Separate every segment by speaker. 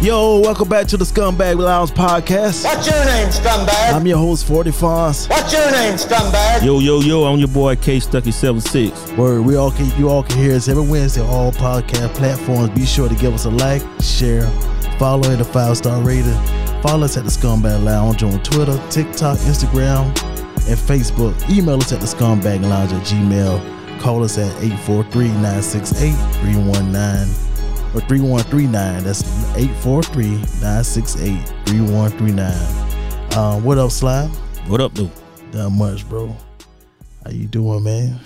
Speaker 1: Yo, welcome back to the Scumbag Lounge Podcast.
Speaker 2: What's your name, scumbag?
Speaker 1: I'm your host, 40 Fonz.
Speaker 2: What's your name, scumbag?
Speaker 3: Yo, yo, yo, I'm your boy K Stucky 76.
Speaker 1: Word, we all can you all can hear us every Wednesday on all podcast platforms. Be sure to give us a like, share, follow, and a five star rating. Follow us at the Scumbag Lounge on Twitter, TikTok, Instagram, and Facebook. Email us at the Scumbag Lounge at Gmail. Call us at 843 968 319 or 3139. That's 843 968 3139. Um, what up, Slime?
Speaker 3: What up, dude?
Speaker 1: Not much, bro. How you doing, man?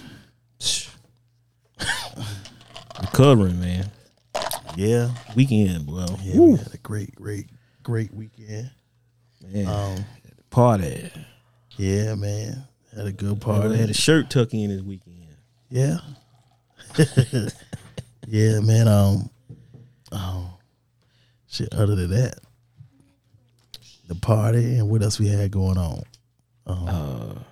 Speaker 3: Recovering, man.
Speaker 1: Yeah.
Speaker 3: Weekend, bro.
Speaker 1: Yeah,
Speaker 3: Woo,
Speaker 1: we had a great, great, great weekend.
Speaker 3: man.
Speaker 1: Um,
Speaker 3: Party.
Speaker 1: yeah, man. Had a good
Speaker 3: I
Speaker 1: party.
Speaker 3: had a shirt tuck in this weekend.
Speaker 1: yeah. yeah, man. Um, um, shit. Other than that, the party and what else we had going on. Uh. Um,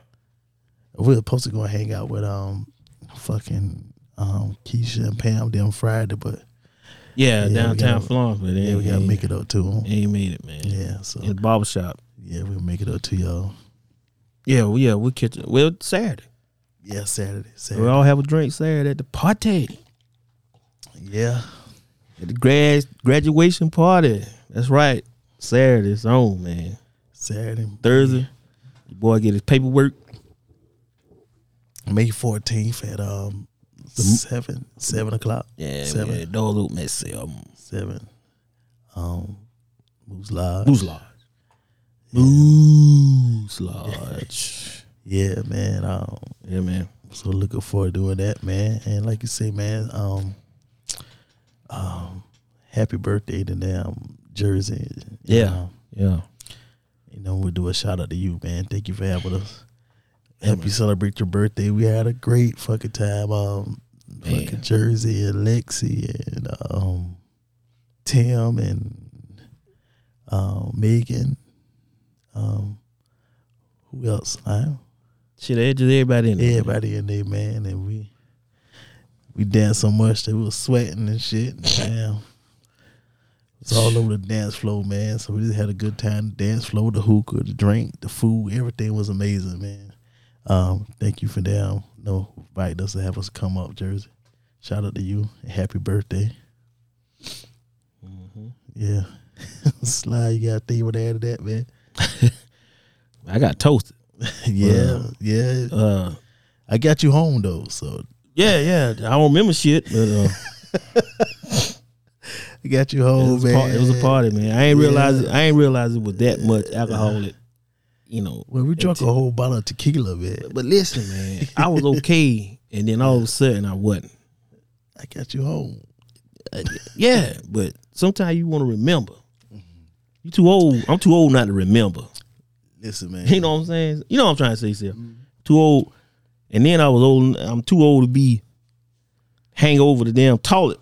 Speaker 1: we were supposed to go and hang out with um, fucking um Keisha and Pam them Friday, but
Speaker 3: Yeah,
Speaker 1: we
Speaker 3: downtown
Speaker 1: gotta-
Speaker 3: Florence, but
Speaker 1: yeah,
Speaker 3: then
Speaker 1: we gotta make it up to them.
Speaker 3: Ain't made it, man.
Speaker 1: Yeah, so
Speaker 3: In the barbershop.
Speaker 1: yeah, we'll make it up to y'all.
Speaker 3: Yeah, well, yeah, we catch it. Well, Saturday.
Speaker 1: Yeah, Saturday,
Speaker 3: We
Speaker 1: Saturday.
Speaker 3: all have a drink Saturday at the party.
Speaker 1: Yeah,
Speaker 3: At the grad graduation party. That's right. Saturday's on, man.
Speaker 1: Saturday,
Speaker 3: Thursday, your boy get his paperwork.
Speaker 1: May fourteenth at um seven seven o'clock.
Speaker 3: Yeah,
Speaker 1: seven
Speaker 3: man. Dog look messy. Um,
Speaker 1: seven. Um, Moose Live.
Speaker 3: Moose Lodge. Moose Lodge.
Speaker 1: Yeah, man. Um,
Speaker 3: yeah, man.
Speaker 1: so looking forward to doing that, man. And like you say, man. Um, um, happy birthday to them Jersey. You
Speaker 3: Yeah.
Speaker 1: know,
Speaker 3: Yeah.
Speaker 1: you know we'll do a shout out to you, man. Thank you for having us. Help you celebrate your birthday. We had a great fucking time. Um,
Speaker 3: Man.
Speaker 1: fucking Jersey and Lexi and um, Tim and um, Megan. Um, who else? I
Speaker 3: Shit, they just everybody in there.
Speaker 1: everybody in there, man, and we we danced so much that we was sweating and shit. Damn. It's all over the dance floor, man. So we just had a good time. The dance floor, the hookah, the drink, the food, everything was amazing, man. Um, thank you for them. No, invite us to have us come up, Jersey. Shout out to you. and Happy birthday. Mm-hmm. Yeah. Sly, you got a thing with add to that, man.
Speaker 3: I got toasted.
Speaker 1: yeah, yeah.
Speaker 3: Uh,
Speaker 1: I got you home though, so
Speaker 3: yeah, yeah. I don't remember shit, but uh,
Speaker 1: I got you
Speaker 3: it,
Speaker 1: home,
Speaker 3: was a
Speaker 1: man.
Speaker 3: par- it was a party, Oh, man. I ain't realize I ain't realize it was that much alcohol. That, you know,
Speaker 1: Well, we drank a whole bottle of tequila, man.
Speaker 3: but listen, man, I was okay, and then all of a sudden I wasn't.
Speaker 1: I got you home.
Speaker 3: Yeah, but sometimes you want to remember. You too old. I'm too old not to remember.
Speaker 1: Listen,
Speaker 3: You
Speaker 1: man.
Speaker 3: know what I'm saying? You know what I'm trying to say, Seth. Too old. And then I was old. I'm too old to be hang over the damn toilet.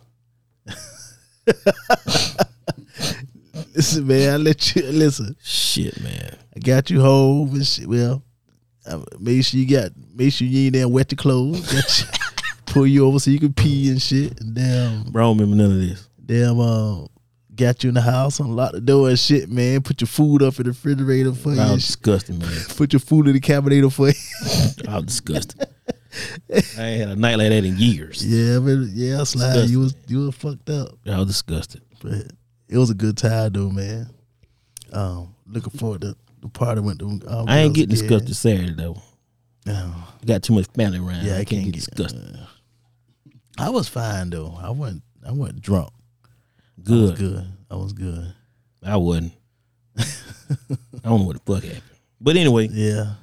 Speaker 1: Listen, man. I let you listen.
Speaker 3: Shit, man.
Speaker 1: I got you home and shit. Well, I made sure you got made sure you ain't there wet your clothes. Got you, pull you over so you can pee and shit. And damn,
Speaker 3: Bro, I don't remember none of this.
Speaker 1: damn, uh, got you in the house, unlocked the door and shit, man. Put your food up in the refrigerator for
Speaker 3: I
Speaker 1: you.
Speaker 3: was
Speaker 1: sh-
Speaker 3: disgusted, man.
Speaker 1: Put your food in the cabinator for you.
Speaker 3: I was disgusted. I ain't had a night like that in years.
Speaker 1: yeah, man. Yeah, slide.
Speaker 3: Disgusting.
Speaker 1: You was you was fucked up.
Speaker 3: I was disgusted.
Speaker 1: but it was a good time though, man. Um, looking forward to the party went to. Um,
Speaker 3: I ain't getting disgusted Saturday though. I got too much family around.
Speaker 1: yeah,
Speaker 3: I, can't, get, disgusted.
Speaker 1: I was fine though. I wasn't. I wasn't drunk. I was
Speaker 3: Good.
Speaker 1: good. I was good.
Speaker 3: I wasn't. I don't know what the fuck happened. But anyway,
Speaker 1: Yeah.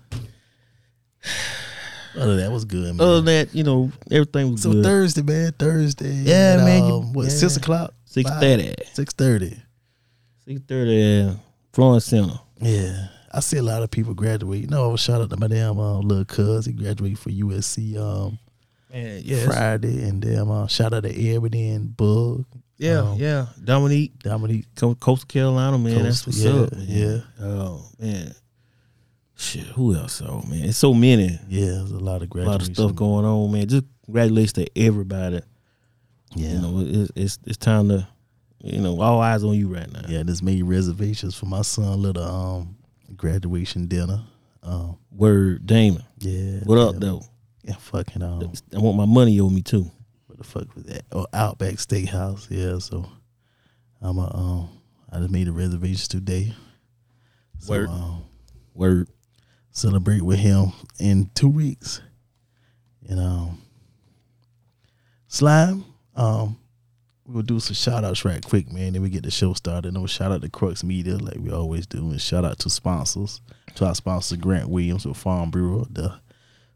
Speaker 1: Other than that was good, man.
Speaker 3: other than that, you know, everything was
Speaker 1: so
Speaker 3: good.
Speaker 1: Thursday, man. Thursday.
Speaker 3: Yeah,
Speaker 1: at,
Speaker 3: man, you-
Speaker 1: um, what
Speaker 3: yeah.
Speaker 1: six o'clock?
Speaker 3: Six thirty.
Speaker 1: Six thirty.
Speaker 3: Six thirty. Florence Center.
Speaker 1: Yeah. I see a lot of people graduate. No, shout out to my damn uh, little cuz. He graduated for USC. Um,
Speaker 3: Man, yeah, it's-
Speaker 1: Friday, and then uh, shout out to everybody in Bug,
Speaker 3: yeah, yeah. Dominique,
Speaker 1: Dominique.
Speaker 3: Co- Coastal Carolina, man. that's
Speaker 1: Coastal, yeah,
Speaker 3: what's up. Man.
Speaker 1: yeah.
Speaker 3: Oh man. Shit, who else? Oh man, it's so many.
Speaker 1: Yeah, there's a lot of
Speaker 3: A
Speaker 1: graduation.
Speaker 3: lot of stuff going on, man. Just congratulations to everybody.
Speaker 1: Yeah,
Speaker 3: You know, it- it's it's it's time to you know, all eyes on you right now.
Speaker 1: Yeah, I just made reservations for my son little um graduation dinner. Um,
Speaker 3: Word, Damon.
Speaker 1: yeah.
Speaker 3: What up
Speaker 1: yeah,
Speaker 3: though?
Speaker 1: Yeah, fucking um,
Speaker 3: I want my money on me too.
Speaker 1: what the fuck was that? Oh, Outback Steakhouse. Yeah, so I'm a um, I just made the reservations today. So,
Speaker 3: Word.
Speaker 1: um,
Speaker 3: Word.
Speaker 1: celebrate with him in two weeks. And um, slime, um, we will do some shout outs right quick, man. Then we get the show started. No shout out to Crux Media, like we always do, and shout out to sponsors. To our sponsor, Grant Williams with Farm Bureau, the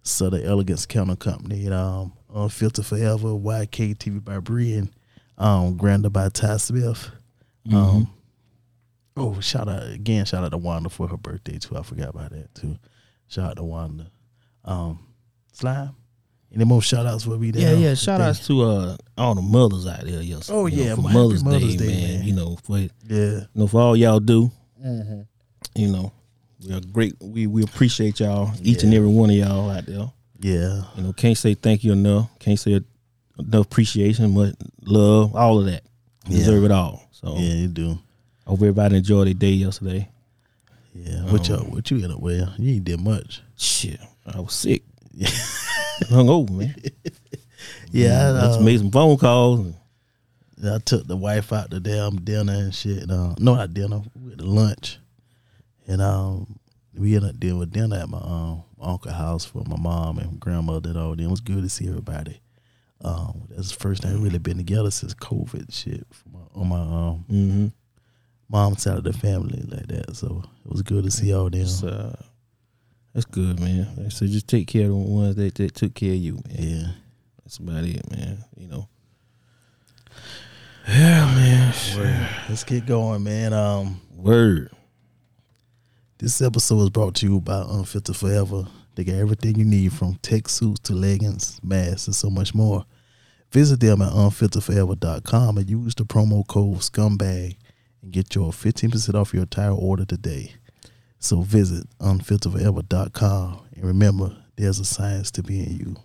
Speaker 1: Southern Elegance Counter Company, and um, Unfiltered Forever, YKTV by Bree, and um, Grander by Ty Smith.
Speaker 3: Mm-hmm.
Speaker 1: Um, Oh, shout out again! Shout out to Wanda for her birthday too. I forgot about that too. Shout out to Wanda. Um, Slime. Any more shout outs will be
Speaker 3: Yeah,
Speaker 1: there?
Speaker 3: yeah. Shout outs to uh, all the mothers out there. Yes.
Speaker 1: Oh,
Speaker 3: You know,
Speaker 1: yeah,
Speaker 3: for
Speaker 1: well, happy
Speaker 3: Mother's,
Speaker 1: Mother's
Speaker 3: Day,
Speaker 1: Day,
Speaker 3: man,
Speaker 1: man.
Speaker 3: You know, for you
Speaker 1: Yeah.
Speaker 3: know, for all y'all do.
Speaker 1: Mm-hmm.
Speaker 3: You know, we are great. We we appreciate y'all, each and every one of y'all out there.
Speaker 1: Yeah.
Speaker 3: You know, can't say thank you enough. Can't say enough appreciation, much love, all of that. You
Speaker 1: Yeah.
Speaker 3: Deserve it all. So
Speaker 1: Yeah, you do.
Speaker 3: I hope everybody enjoyed their day yesterday.
Speaker 1: Yeah. What y'all what you end up with? You ain't did much.
Speaker 3: Shit, I was sick. Hung over, man.
Speaker 1: Yeah, I,
Speaker 3: I just
Speaker 1: uh,
Speaker 3: made some phone calls. and-
Speaker 1: I took the wife out to damn dinner and shit. Uh, no, not dinner. We went to lunch, and um, we ended up dealing with dinner at my um uncle's house for my mom and grandmother and all. Them. It was good to see everybody. Um, that's the first time we really been together since COVID shit. For my, on my um
Speaker 3: Mhm.
Speaker 1: mom's side of the family like that, so it was good to see all them.
Speaker 3: It's, uh, that's good, man. Like I said, just take care of the ones that, that took care of you, man.
Speaker 1: Yeah,
Speaker 3: That's about it, man. You know.
Speaker 1: let's get going, man. Um.
Speaker 3: Word.
Speaker 1: This episode is brought to you by Unfiltered Forever. They got everything you need from tech suits to leggings, masks, and so much more. Visit them at unfilteredforever.com and use the promo code SCUMBAG and get your 15% off your entire order today. So visit unfilteredforever.com and remember, there's a science to being you.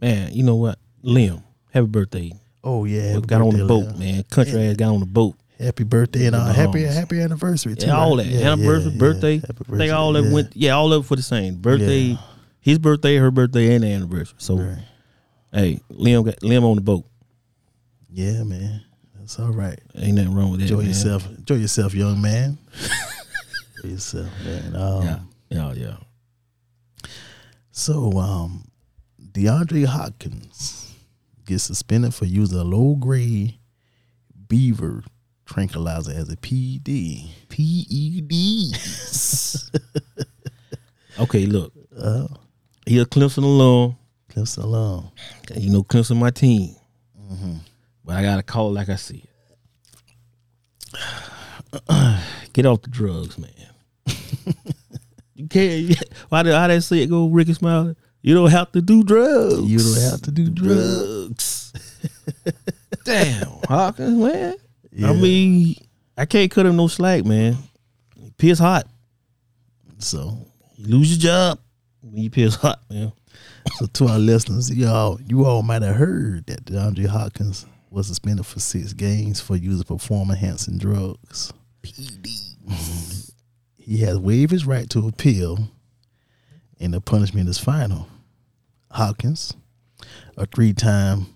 Speaker 3: Man, you know what? Liam, happy birthday.
Speaker 1: Oh, yeah. happy
Speaker 3: got on
Speaker 1: birthday,
Speaker 3: the boat,
Speaker 1: Leon.
Speaker 3: man. Country ass got on the boat.
Speaker 1: Happy birthday and uh, happy,
Speaker 3: Mahomes.
Speaker 1: happy anniversary, too.
Speaker 3: Yeah, all
Speaker 1: right?
Speaker 3: that.
Speaker 1: Yeah,
Speaker 3: Anniversary,
Speaker 1: yeah, yeah.
Speaker 3: birthday.
Speaker 1: Happy
Speaker 3: I think all that
Speaker 1: birthday, yeah.
Speaker 3: went yeah, all up for the same. Birthday,
Speaker 1: Yeah.
Speaker 3: his birthday, her birthday, and the anniversary. So
Speaker 1: Right.
Speaker 3: hey, Liam got Liam on the boat.
Speaker 1: Yeah, man. That's all right.
Speaker 3: Ain't nothing wrong with that.
Speaker 1: Enjoy
Speaker 3: man.
Speaker 1: yourself. Enjoy yourself, young man. Enjoy yourself, man. Um,
Speaker 3: Yeah. Yeah, yeah.
Speaker 1: So, um, DeAndre Hopkins gets suspended for using a low grade beaver tranquilizer as a E PED.
Speaker 3: E
Speaker 1: PED.
Speaker 3: Okay, look.
Speaker 1: Uh-huh.
Speaker 3: he a Clemson alum.
Speaker 1: Clips alone.
Speaker 3: You know Clemson my team.
Speaker 1: Mm-hmm.
Speaker 3: But I gotta call it like I see it. Get off the drugs, man. you can't why did how they say it go Ricky Smiley? You don't have to do drugs.
Speaker 1: You don't have to do drugs.
Speaker 3: drugs. Damn, Hawkins, man. I mean, I can't cut him no slack, man. You piss hot.
Speaker 1: So,
Speaker 3: You lose your job when you piss hot, man.
Speaker 1: so to our listeners, y'all, you all might have heard that DeAndre Hopkins was suspended for six games for using performance enhancing drugs. he has waived his right to appeal, and the punishment is final. Hopkins, a three time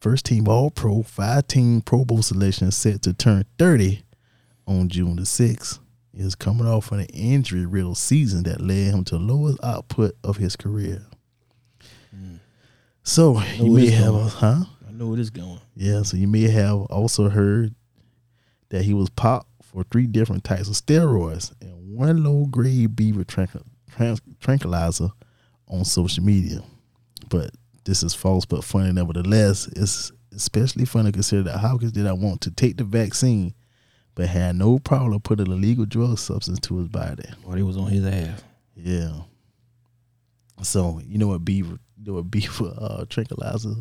Speaker 1: first team All Pro, five team Pro Bowl selection, is set to turn 30 on June the 6th, He is coming off an injury riddled season that led him to the lowest output of his career. So you
Speaker 3: where
Speaker 1: may
Speaker 3: this
Speaker 1: have
Speaker 3: going.
Speaker 1: a, huh?
Speaker 3: I know where this going.
Speaker 1: Yeah, so you may have also heard that he was popped for three different types of steroids and one low grade beaver tranqu- trans- tranquilizer on social media. But this is false but funny nevertheless. It's especially funny considering that Hopkins did not want to take the vaccine but had no problem putting an illegal drug substance to his body.
Speaker 3: Or they was on his ass.
Speaker 1: Yeah. So you know what beaver you know what beaver uh tranquilizer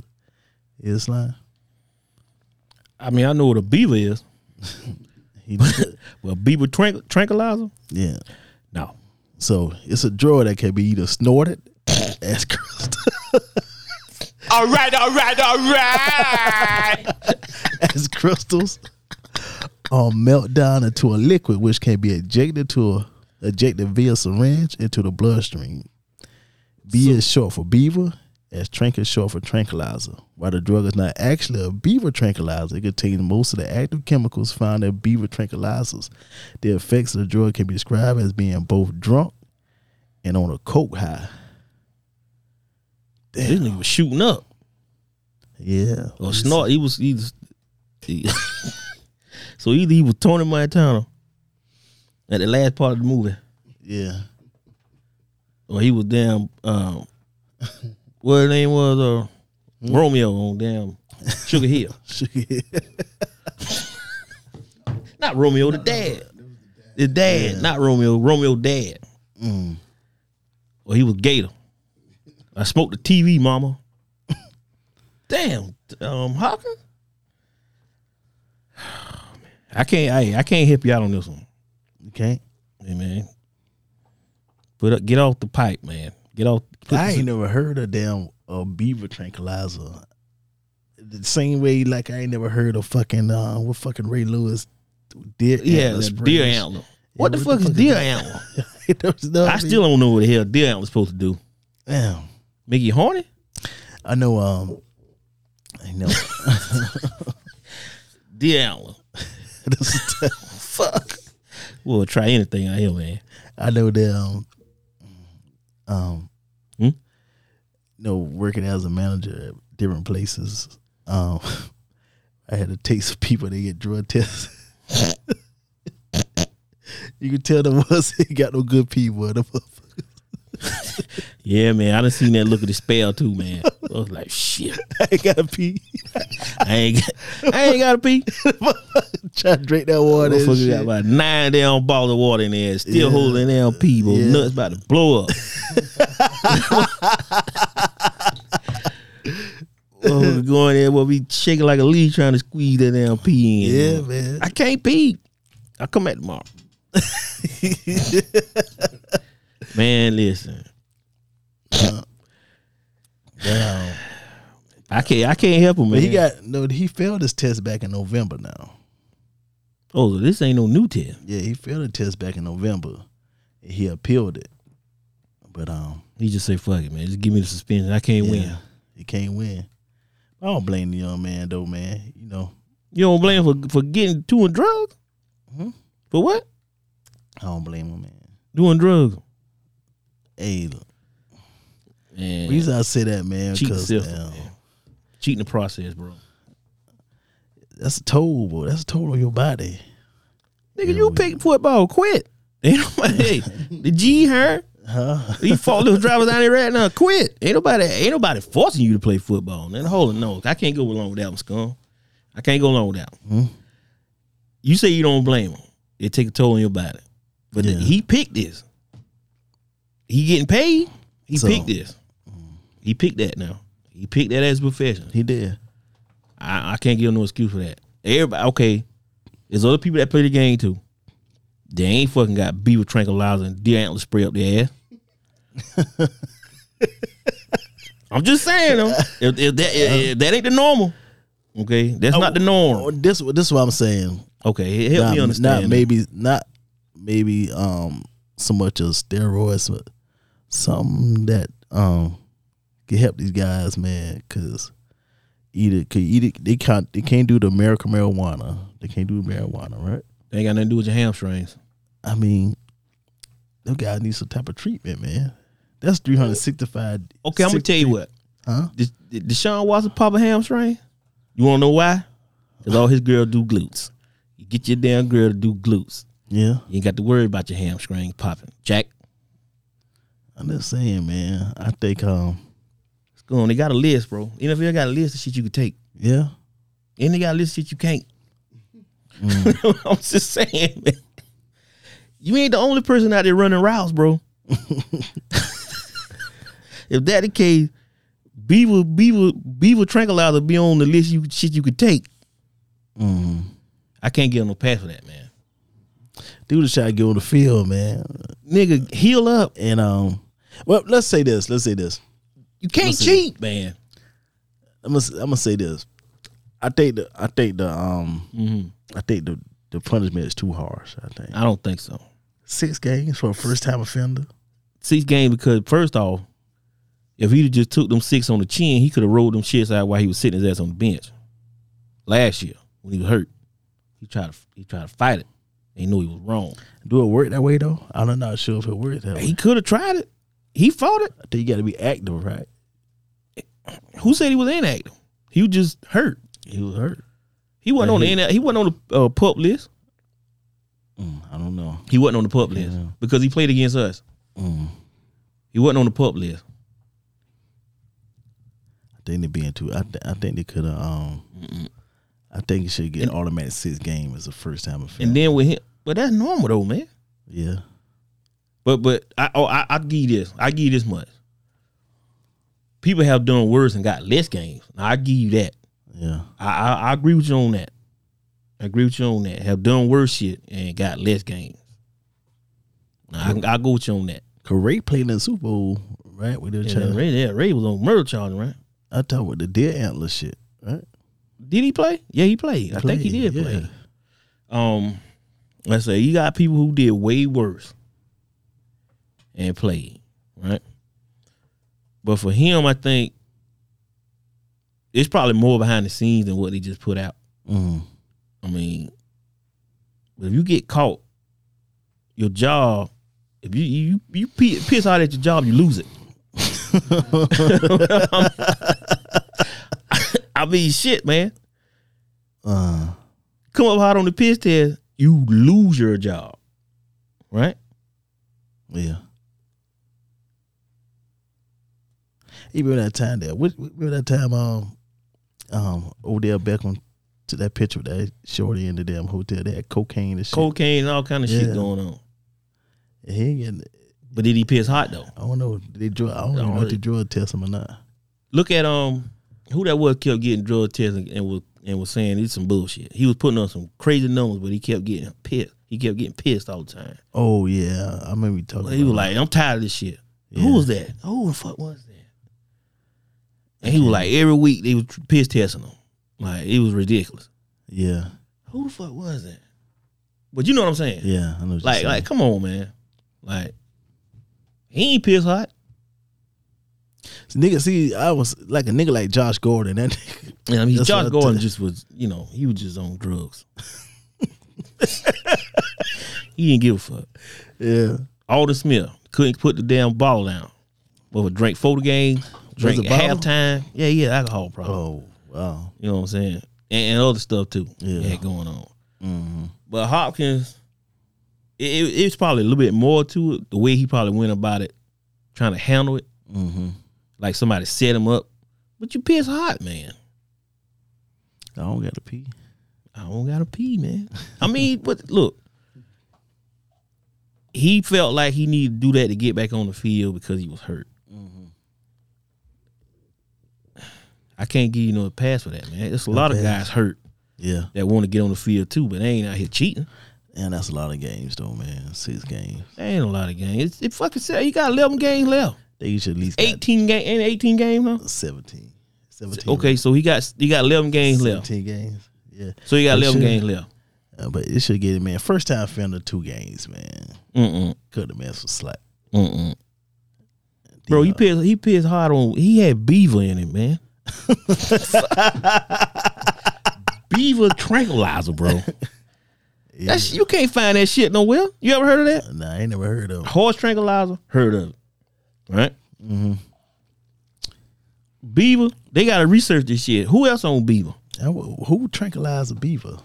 Speaker 1: is like?
Speaker 3: I mean, I know what a beaver is.
Speaker 1: He
Speaker 3: Well, beaver tranqu- tranquilizer?
Speaker 1: Yeah.
Speaker 3: No.
Speaker 1: So it's a drug that can be either snorted as crystal
Speaker 2: All right, all right, all right.
Speaker 1: as crystals um, melt down into a liquid which can be ejected to a ejected via syringe into the bloodstream. B is short for beaver, as trank is short for tranquilizer. While the drug is not actually a beaver tranquilizer, it contains most of the active chemicals found in beaver tranquilizers. The effects of the drug can be described as being both drunk and on a coke high.
Speaker 3: This nigga was shooting up
Speaker 1: Yeah.
Speaker 3: or snort. He was he was. he- so either he was Tony Montana at the last part of the movie,
Speaker 1: Yeah.
Speaker 3: or he was damn. Um, what his name was uh, Romeo on damn Sugar Hill. Not Romeo, the dad. The dad, not Romeo. Romeo dad. Mm. Well, he was Gator. I smoked the TV, Mama. Damn, um, Hawker. I can't. I, I can't help you out on this one,
Speaker 1: you can't.
Speaker 3: hey, man. But uh, get off the pipe, man. Get off. put
Speaker 1: I
Speaker 3: this-
Speaker 1: ain't never heard of damn a beaver tranquilizer. The same way, like I ain't never heard of fucking uh, what fucking Ray Lewis deer
Speaker 3: yeah,
Speaker 1: antler
Speaker 3: the
Speaker 1: sprays.
Speaker 3: deer antler. What the
Speaker 1: what
Speaker 3: fuck
Speaker 1: the
Speaker 3: is
Speaker 1: fuck is
Speaker 3: deer
Speaker 1: that?
Speaker 3: antler?
Speaker 1: There was no-
Speaker 3: I still don't know what the hell deer antler's supposed to do.
Speaker 1: damn.
Speaker 3: Make you horny?
Speaker 1: I know. Um, I know.
Speaker 3: Deer antler.
Speaker 1: This is tough.
Speaker 3: Fuck. We'll try anything out here, man.
Speaker 1: I know that. Um, um
Speaker 3: Hmm?
Speaker 1: you know, working as a manager at different places, um, I had to take some people that get drug tests. you can tell them once they got no good people. in Them motherfuckers.
Speaker 3: Yeah, man. I done seen that look of the spell too, man. I was like, shit.
Speaker 1: I ain't got to pee.
Speaker 3: I ain't got, I ain't gotta pee.
Speaker 1: Try to drink that water. and
Speaker 3: Motherfucker got
Speaker 1: shit.
Speaker 3: about nine damn bottles of water in there,
Speaker 1: Yeah.
Speaker 3: still holding down pee, but
Speaker 1: Yeah.
Speaker 3: nuts about to blow up. Motherfucker going there, we'll be shaking like a leaf trying to squeeze that damn pee in.
Speaker 1: Yeah, man.
Speaker 3: I can't pee. I'll come back tomorrow. man, listen.
Speaker 1: Damn.
Speaker 3: I can't I can't help him, man.
Speaker 1: But he got no. He failed his test back in November. Now.
Speaker 3: oh, this ain't no new tip.
Speaker 1: Yeah, he failed the test back in November. He appealed it, but um,
Speaker 3: He just say, fuck it, man. Just give me the suspension. I can't
Speaker 1: yeah,
Speaker 3: win.
Speaker 1: he can't win. I don't blame the young man though, man. You know,
Speaker 3: You don't blame him for for getting doing drugs? Mm-hmm.
Speaker 1: Mhm.
Speaker 3: For what?
Speaker 1: I don't blame him, man.
Speaker 3: Doing drugs.
Speaker 1: Hey, look,
Speaker 3: Man.
Speaker 1: reason I say that, man,
Speaker 3: Cheating
Speaker 1: because
Speaker 3: system,
Speaker 1: damn,
Speaker 3: man. Cheating the process, bro.
Speaker 1: that's a toll, boy. That's a toll on your body.
Speaker 3: Nigga, you pick football, quit. Ain't nobody the G her.
Speaker 1: Huh?
Speaker 3: These four little drivers out here right now, quit. Ain't nobody ain't nobody forcing you to play football. Man, hold on. No, I can't go along with that one, scum. I can't go along with that one.
Speaker 1: Hmm.
Speaker 3: You say you don't blame him. It take a toll on your body. But
Speaker 1: Yeah.
Speaker 3: he picked this. He getting paid. He
Speaker 1: So- hmm.
Speaker 3: picked this. He picked that now. He picked that as a profession.
Speaker 1: He did.
Speaker 3: I, I can't give no excuse for that. Everybody, okay, there's other people that play the game too. They ain't fucking got beaver tranquilizer and deer antler spray up their ass. I'm just saying though, if, if that, if that ain't the normal, okay, that's not the
Speaker 1: Oh,
Speaker 3: norm.
Speaker 1: this this is what I'm saying.
Speaker 3: Okay, help
Speaker 1: not,
Speaker 3: me understand.
Speaker 1: Not maybe not maybe um so much as steroids, but something that um can help these guys, man. Cause either could either they can't they can't do the American marijuana. They can't do marijuana, right?
Speaker 3: They ain't got nothing to do with your hamstrings.
Speaker 1: I mean, those guys need some type of treatment, man. That's three hundred sixty five.
Speaker 3: Okay, I'm gonna tell you what.
Speaker 1: Huh?
Speaker 3: Did, did Deshaun Watson pop a hamstring? You wanna know why? Cause all his girls do glutes. You get your damn girl to do glutes.
Speaker 1: Yeah,
Speaker 3: You ain't got to worry about your hamstring popping. Jack,
Speaker 1: I'm just saying, man. I think um
Speaker 3: it's going. They got a list, bro. NFL got a list of shit you can take.
Speaker 1: yeah.
Speaker 3: And they got a list of shit you can't. I'm just saying, man. You ain't the only person out there running routes, bro. if that the case, Beaver, Beaver, Beaver Tranquilizer be on the list you shit you could take. I can't get no pass for that, man.
Speaker 1: Dude is trying to get on the field, man.
Speaker 3: Nigga, heal up.
Speaker 1: And um well let's say this. Let's say this.
Speaker 3: You can't
Speaker 1: Listen.
Speaker 3: cheat, man. Mm-hmm.
Speaker 1: I'm gonna, I'm gonna say this. I think the I think the um I think the the punishment is too harsh. I think
Speaker 3: I don't think so.
Speaker 1: six games for a first time offender.
Speaker 3: Six game because first off, if he'd have just took them six on the chin, he could have rolled them shits out while he was sitting his ass on the bench. Last year when he was hurt, he tried to he tried to fight it. He knew he was wrong.
Speaker 1: Do it work that way though? I'm not sure if it worked that way.
Speaker 3: He could have tried it. He fought it.
Speaker 1: I think you got to be active, right?
Speaker 3: Who said he was inactive? He was just hurt.
Speaker 1: He was hurt.
Speaker 3: He wasn't
Speaker 1: Yeah,
Speaker 3: on the
Speaker 1: he-
Speaker 3: ina- he wasn't on the uh, pup list.
Speaker 1: Mm, I don't know.
Speaker 3: He wasn't on the pup list
Speaker 1: Yeah.
Speaker 3: because he played against us.
Speaker 1: Mm,
Speaker 3: He wasn't on the pup list.
Speaker 1: I think they being too. I, th- I think they could have. Um, I think you should get an automatic six game as a first time offender.
Speaker 3: And then with him, but that's normal though, man.
Speaker 1: yeah,
Speaker 3: But but I oh I, I give you this. I give you this much. People have done worse and got less games. Now, I give you that.
Speaker 1: yeah.
Speaker 3: I, I I agree with you on that. I agree with you on that. Have done worse shit and got less games. Now, I I go with you on that.
Speaker 1: Cause Ray played in the Super Bowl, right? With the
Speaker 3: Yeah,
Speaker 1: child.
Speaker 3: Ray, yeah, Ray was on murder charge, right?
Speaker 1: I talked with the deer antler shit, right?
Speaker 3: Did he play? Yeah, he played. I think he
Speaker 1: Played,
Speaker 3: did
Speaker 1: yeah.
Speaker 3: play. Um, let's say you got people who did way worse and played, right? But for him, I think it's probably more behind the scenes than what they just put out. Mm-hmm.
Speaker 1: Mm,
Speaker 3: I mean, but if you get caught, your job, if you you you pi- piss out at your job, you lose it. I mean, shit, man.
Speaker 1: uh,
Speaker 3: Come up hot on the piss test, you lose your job, right?
Speaker 1: yeah. Even that time there, what, what- remember that time um, um, Odell Beckham took that picture with that shorty in the damn hotel. They had cocaine and shit.
Speaker 3: Cocaine and all kind of
Speaker 1: Yeah.
Speaker 3: shit going on.
Speaker 1: he ain't getting,
Speaker 3: But did he piss hot though?
Speaker 1: I don't know. Did They drug. I don't even know if they drug test him or not.
Speaker 3: Look at um, who that was kept getting drug tests and, and was and was saying it's some bullshit. He was putting up some crazy numbers, but he kept getting pissed. He kept getting pissed all the time.
Speaker 1: Oh yeah, I remember you talking.
Speaker 3: He was
Speaker 1: about
Speaker 3: like, I'm tired of this shit.
Speaker 1: Yeah.
Speaker 3: Who was that? Who the fuck was that? And he was like, every week they was piss testing him. Like, it was ridiculous.
Speaker 1: that. yeah,
Speaker 3: Who the fuck was that? But you know what I'm saying?
Speaker 1: yeah. I know. What
Speaker 3: like,
Speaker 1: you're
Speaker 3: like, come on, man. Like, he ain't piss hot.
Speaker 1: saying. nigga. See, I was like a nigga like Josh Gordon. That nigga,
Speaker 3: And I mean,
Speaker 1: That's what
Speaker 3: Josh
Speaker 1: I
Speaker 3: Gordon
Speaker 1: tell-
Speaker 3: just was, you know, he was just on drugs. he didn't give a fuck.
Speaker 1: yeah.
Speaker 3: Alden Smith couldn't put the damn ball down. But would drink four games, drink
Speaker 1: it
Speaker 3: at
Speaker 1: bottle?
Speaker 3: halftime. Yeah, yeah, alcohol problem.
Speaker 1: Oh wow.
Speaker 3: You know what I'm saying? And, and other stuff too.
Speaker 1: Yeah.
Speaker 3: Yeah, going on.
Speaker 1: Mm-hmm,
Speaker 3: But Hopkins, it, it- it's probably a little bit more to it. The way he probably went about it, trying to handle it,
Speaker 1: Mm-hmm.
Speaker 3: like somebody set him up. But you piss hot, man.
Speaker 1: I don't got to pee.
Speaker 3: I don't gotta pee, man. I mean, but look, he felt like he needed to do that to get back on the field because he was hurt. I can't give you no pass for that, man. There's a lot of
Speaker 1: pass.
Speaker 3: guys hurt
Speaker 1: Yeah,
Speaker 3: that want to get on the field too, but they ain't out here cheating.
Speaker 1: and that's a lot of games though, man. Six games.
Speaker 3: There ain't a lot of games. It's, it fucking said you got eleven games left.
Speaker 1: They should at least got
Speaker 3: Eighteen game ain't it eighteen games now.
Speaker 1: seventeen. Seventeen.
Speaker 3: Okay, so he got you got eleven games left.
Speaker 1: Seventeen games. Yeah,
Speaker 3: So you got
Speaker 1: They
Speaker 3: eleven
Speaker 1: should.
Speaker 3: games left.
Speaker 1: Uh, but it should get it, man. First time offender, two games, man.
Speaker 3: Mm
Speaker 1: Cut the man some slack.
Speaker 3: mm mm mm. Bro, he
Speaker 1: Yeah.
Speaker 3: pissed he pissed hard on he had Beaver in it, man. Beaver tranquilizer, bro.
Speaker 1: Yeah.
Speaker 3: That's you can't find that shit nowhere. You ever heard of that?
Speaker 1: Nah, I ain't never heard of. him.
Speaker 3: Horse tranquilizer? Heard of it. Right? Mm-hmm. Beaver, they gotta research this shit. Who else on Beaver?
Speaker 1: Now, wh- Who tranquilized a beaver?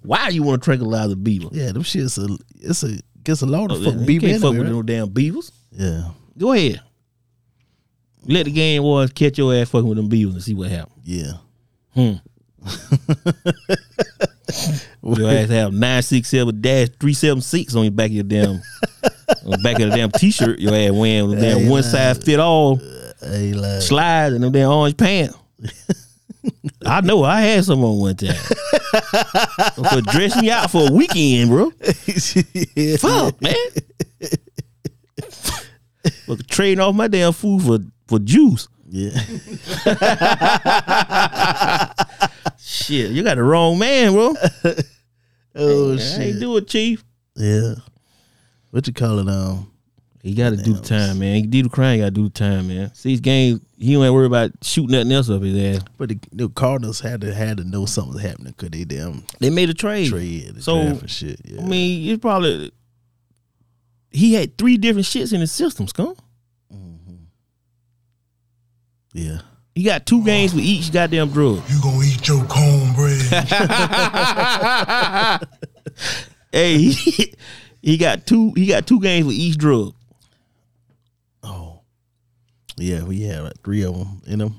Speaker 3: Why you want to tranquilize a beaver?
Speaker 1: Yeah, them shit's a it's a gets a lot of
Speaker 3: Oh, Yeah,
Speaker 1: fuck
Speaker 3: you
Speaker 1: beaver
Speaker 3: can't fuck
Speaker 1: anyway,
Speaker 3: with
Speaker 1: right?
Speaker 3: no damn beavers.
Speaker 1: Yeah,
Speaker 3: Go ahead. Let the game wars catch your ass fucking with them beavers and see what happens.
Speaker 1: yeah.
Speaker 3: Your ass have nine six seven dash three seven six on your back of your damn on the back of the damn t shirt. Your ass wearing the damn
Speaker 1: Hey,
Speaker 3: one
Speaker 1: man.
Speaker 3: size fit all
Speaker 1: Hey, like,
Speaker 3: slides and them damn orange pants. I know I had some on one time. for dress me out for a weekend, bro.
Speaker 1: yeah.
Speaker 3: Fuck, man. Fuck, trading off my damn food for for juice.
Speaker 1: yeah,
Speaker 3: Shit, you got the wrong man, bro.
Speaker 1: Oh
Speaker 3: I ain't
Speaker 1: shit.
Speaker 3: do it, Chief.
Speaker 1: Yeah. What you call it? Um.
Speaker 3: He got to do the time, man. He do the crime, got to do the time, man. See, his game, he don't have to worry about shooting nothing else up his ass.
Speaker 1: But the, the Cardinals had to had to know something was happening because they damn
Speaker 3: They made a trade.
Speaker 1: trade the
Speaker 3: So,
Speaker 1: draft and shit. Yeah.
Speaker 3: I mean, it's probably he had three different shits in his systems. Come,
Speaker 1: yeah.
Speaker 3: he got two games with each goddamn drug.
Speaker 4: You gonna eat your cornbread.
Speaker 3: Hey, he, he got two. He got two games with each drug.
Speaker 1: Oh. Yeah, we had like three of them in them.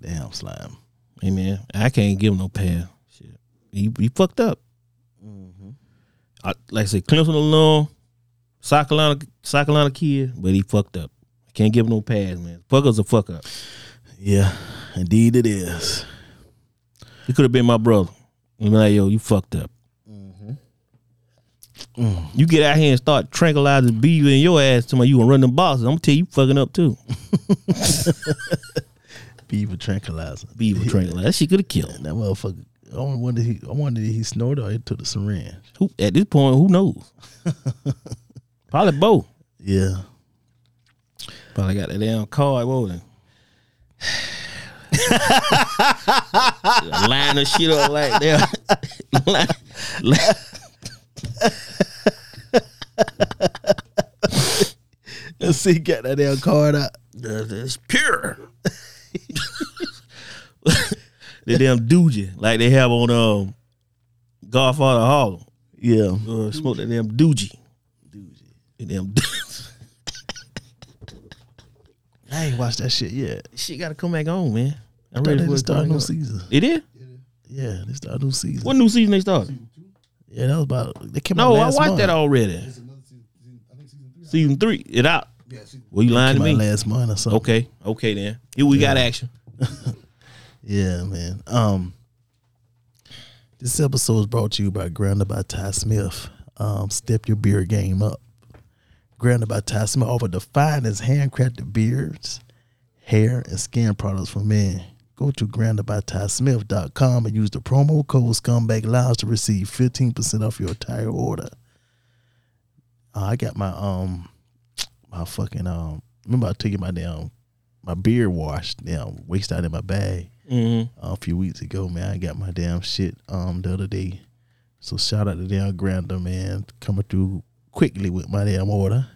Speaker 1: Damn slime.
Speaker 3: Hey man, I can't give him no pass. Shit, he, he fucked up. I, like I said, Clemson alone, South Carolina, South Carolina kid, but he fucked up. I can't give him no pass, man. Fucker's a fuck up.
Speaker 1: Yeah, indeed it is.
Speaker 3: He could have been my brother. And be like, yo, you fucked up. Mm-hmm. You get out here and start tranquilizing B in your ass to my you gonna run them boxes. I'm gonna tell you you fucking up too.
Speaker 1: Beaver tranquilizer.
Speaker 3: B will tranquilize. That shit could have killed him.
Speaker 1: And that motherfucker. I don't wonder he. I wonder did he snorted or he took the syringe.
Speaker 3: Who at this point, who knows? Probably both.
Speaker 1: Yeah.
Speaker 3: Probably got that damn card, won't it? line of shit up like that. Line- line-
Speaker 1: Let's see. Got that damn card out.
Speaker 3: It's pure. the damn doogie like they have on um Godfather Harlem.
Speaker 1: Yeah.
Speaker 3: Uh, smoke that damn doogie. Doogie. That damn doogie.
Speaker 1: I ain't watched that shit yet.
Speaker 3: shit got to come back on, man. I'm
Speaker 1: They
Speaker 3: ready for it
Speaker 1: just
Speaker 3: to
Speaker 1: start
Speaker 3: start
Speaker 1: a new season.
Speaker 3: It is.
Speaker 1: Yeah, they start a new season.
Speaker 3: What new season they started?
Speaker 1: Yeah, that was about. They came out
Speaker 3: No, I
Speaker 1: last
Speaker 3: watched
Speaker 1: month.
Speaker 3: that already. Season three, it out. Well, you lying
Speaker 1: Came
Speaker 3: to
Speaker 1: out
Speaker 3: me?
Speaker 1: last month or something.
Speaker 3: Okay, okay then. Here we got action.
Speaker 1: Yeah, man. Um, this episode is brought to you by Grounded by Ty Smith. Um, step your beer game up. Grounded by Ty Smith offer the finest handcrafted beards, hair, and skin products for men. Go to groundedbytysmith.com and use the promo code Scumbag Lounge to receive fifteen percent off your entire order. Uh, I got my um, my fucking um. Remember I took you my damn my beard washed damn waste out in my bag
Speaker 3: Mm-hmm.
Speaker 1: a few weeks ago, man. I got my damn shit um the other day. So shout out to damn Grander, man, coming through quickly with my damn order.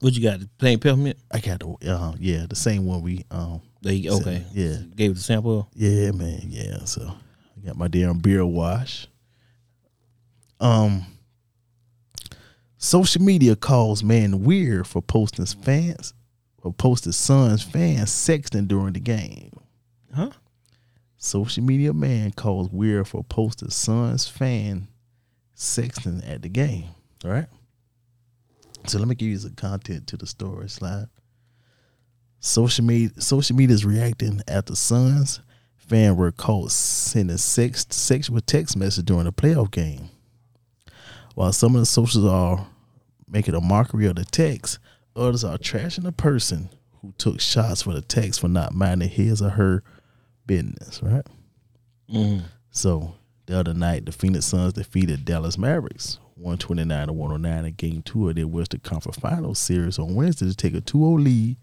Speaker 3: What you got? Plain peppermint.
Speaker 1: I got the uh, yeah, the same one we um
Speaker 3: There you, okay.
Speaker 1: yeah.
Speaker 3: Gave it the sample.
Speaker 1: Yeah, man, yeah. So I got my damn beer wash. Um social media calls man weird for posting his fans for posting son's fans sexting during the game.
Speaker 3: Huh?
Speaker 1: Social media man calls weird for posting son's fan sexting at the game. All right. So let me give you some content to the story slide. Social media social media is reacting after Suns fan were caught sending sex sexual text message during a playoff game. While some of the socials are making a mockery of the text, others are trashing the person who took shots for the text for not minding his or her business, right? So the other night, the Phoenix Suns defeated Dallas Mavericks 129 to 109 in game two of their Western Conference Finals series on Wednesday to take a 2 0 lead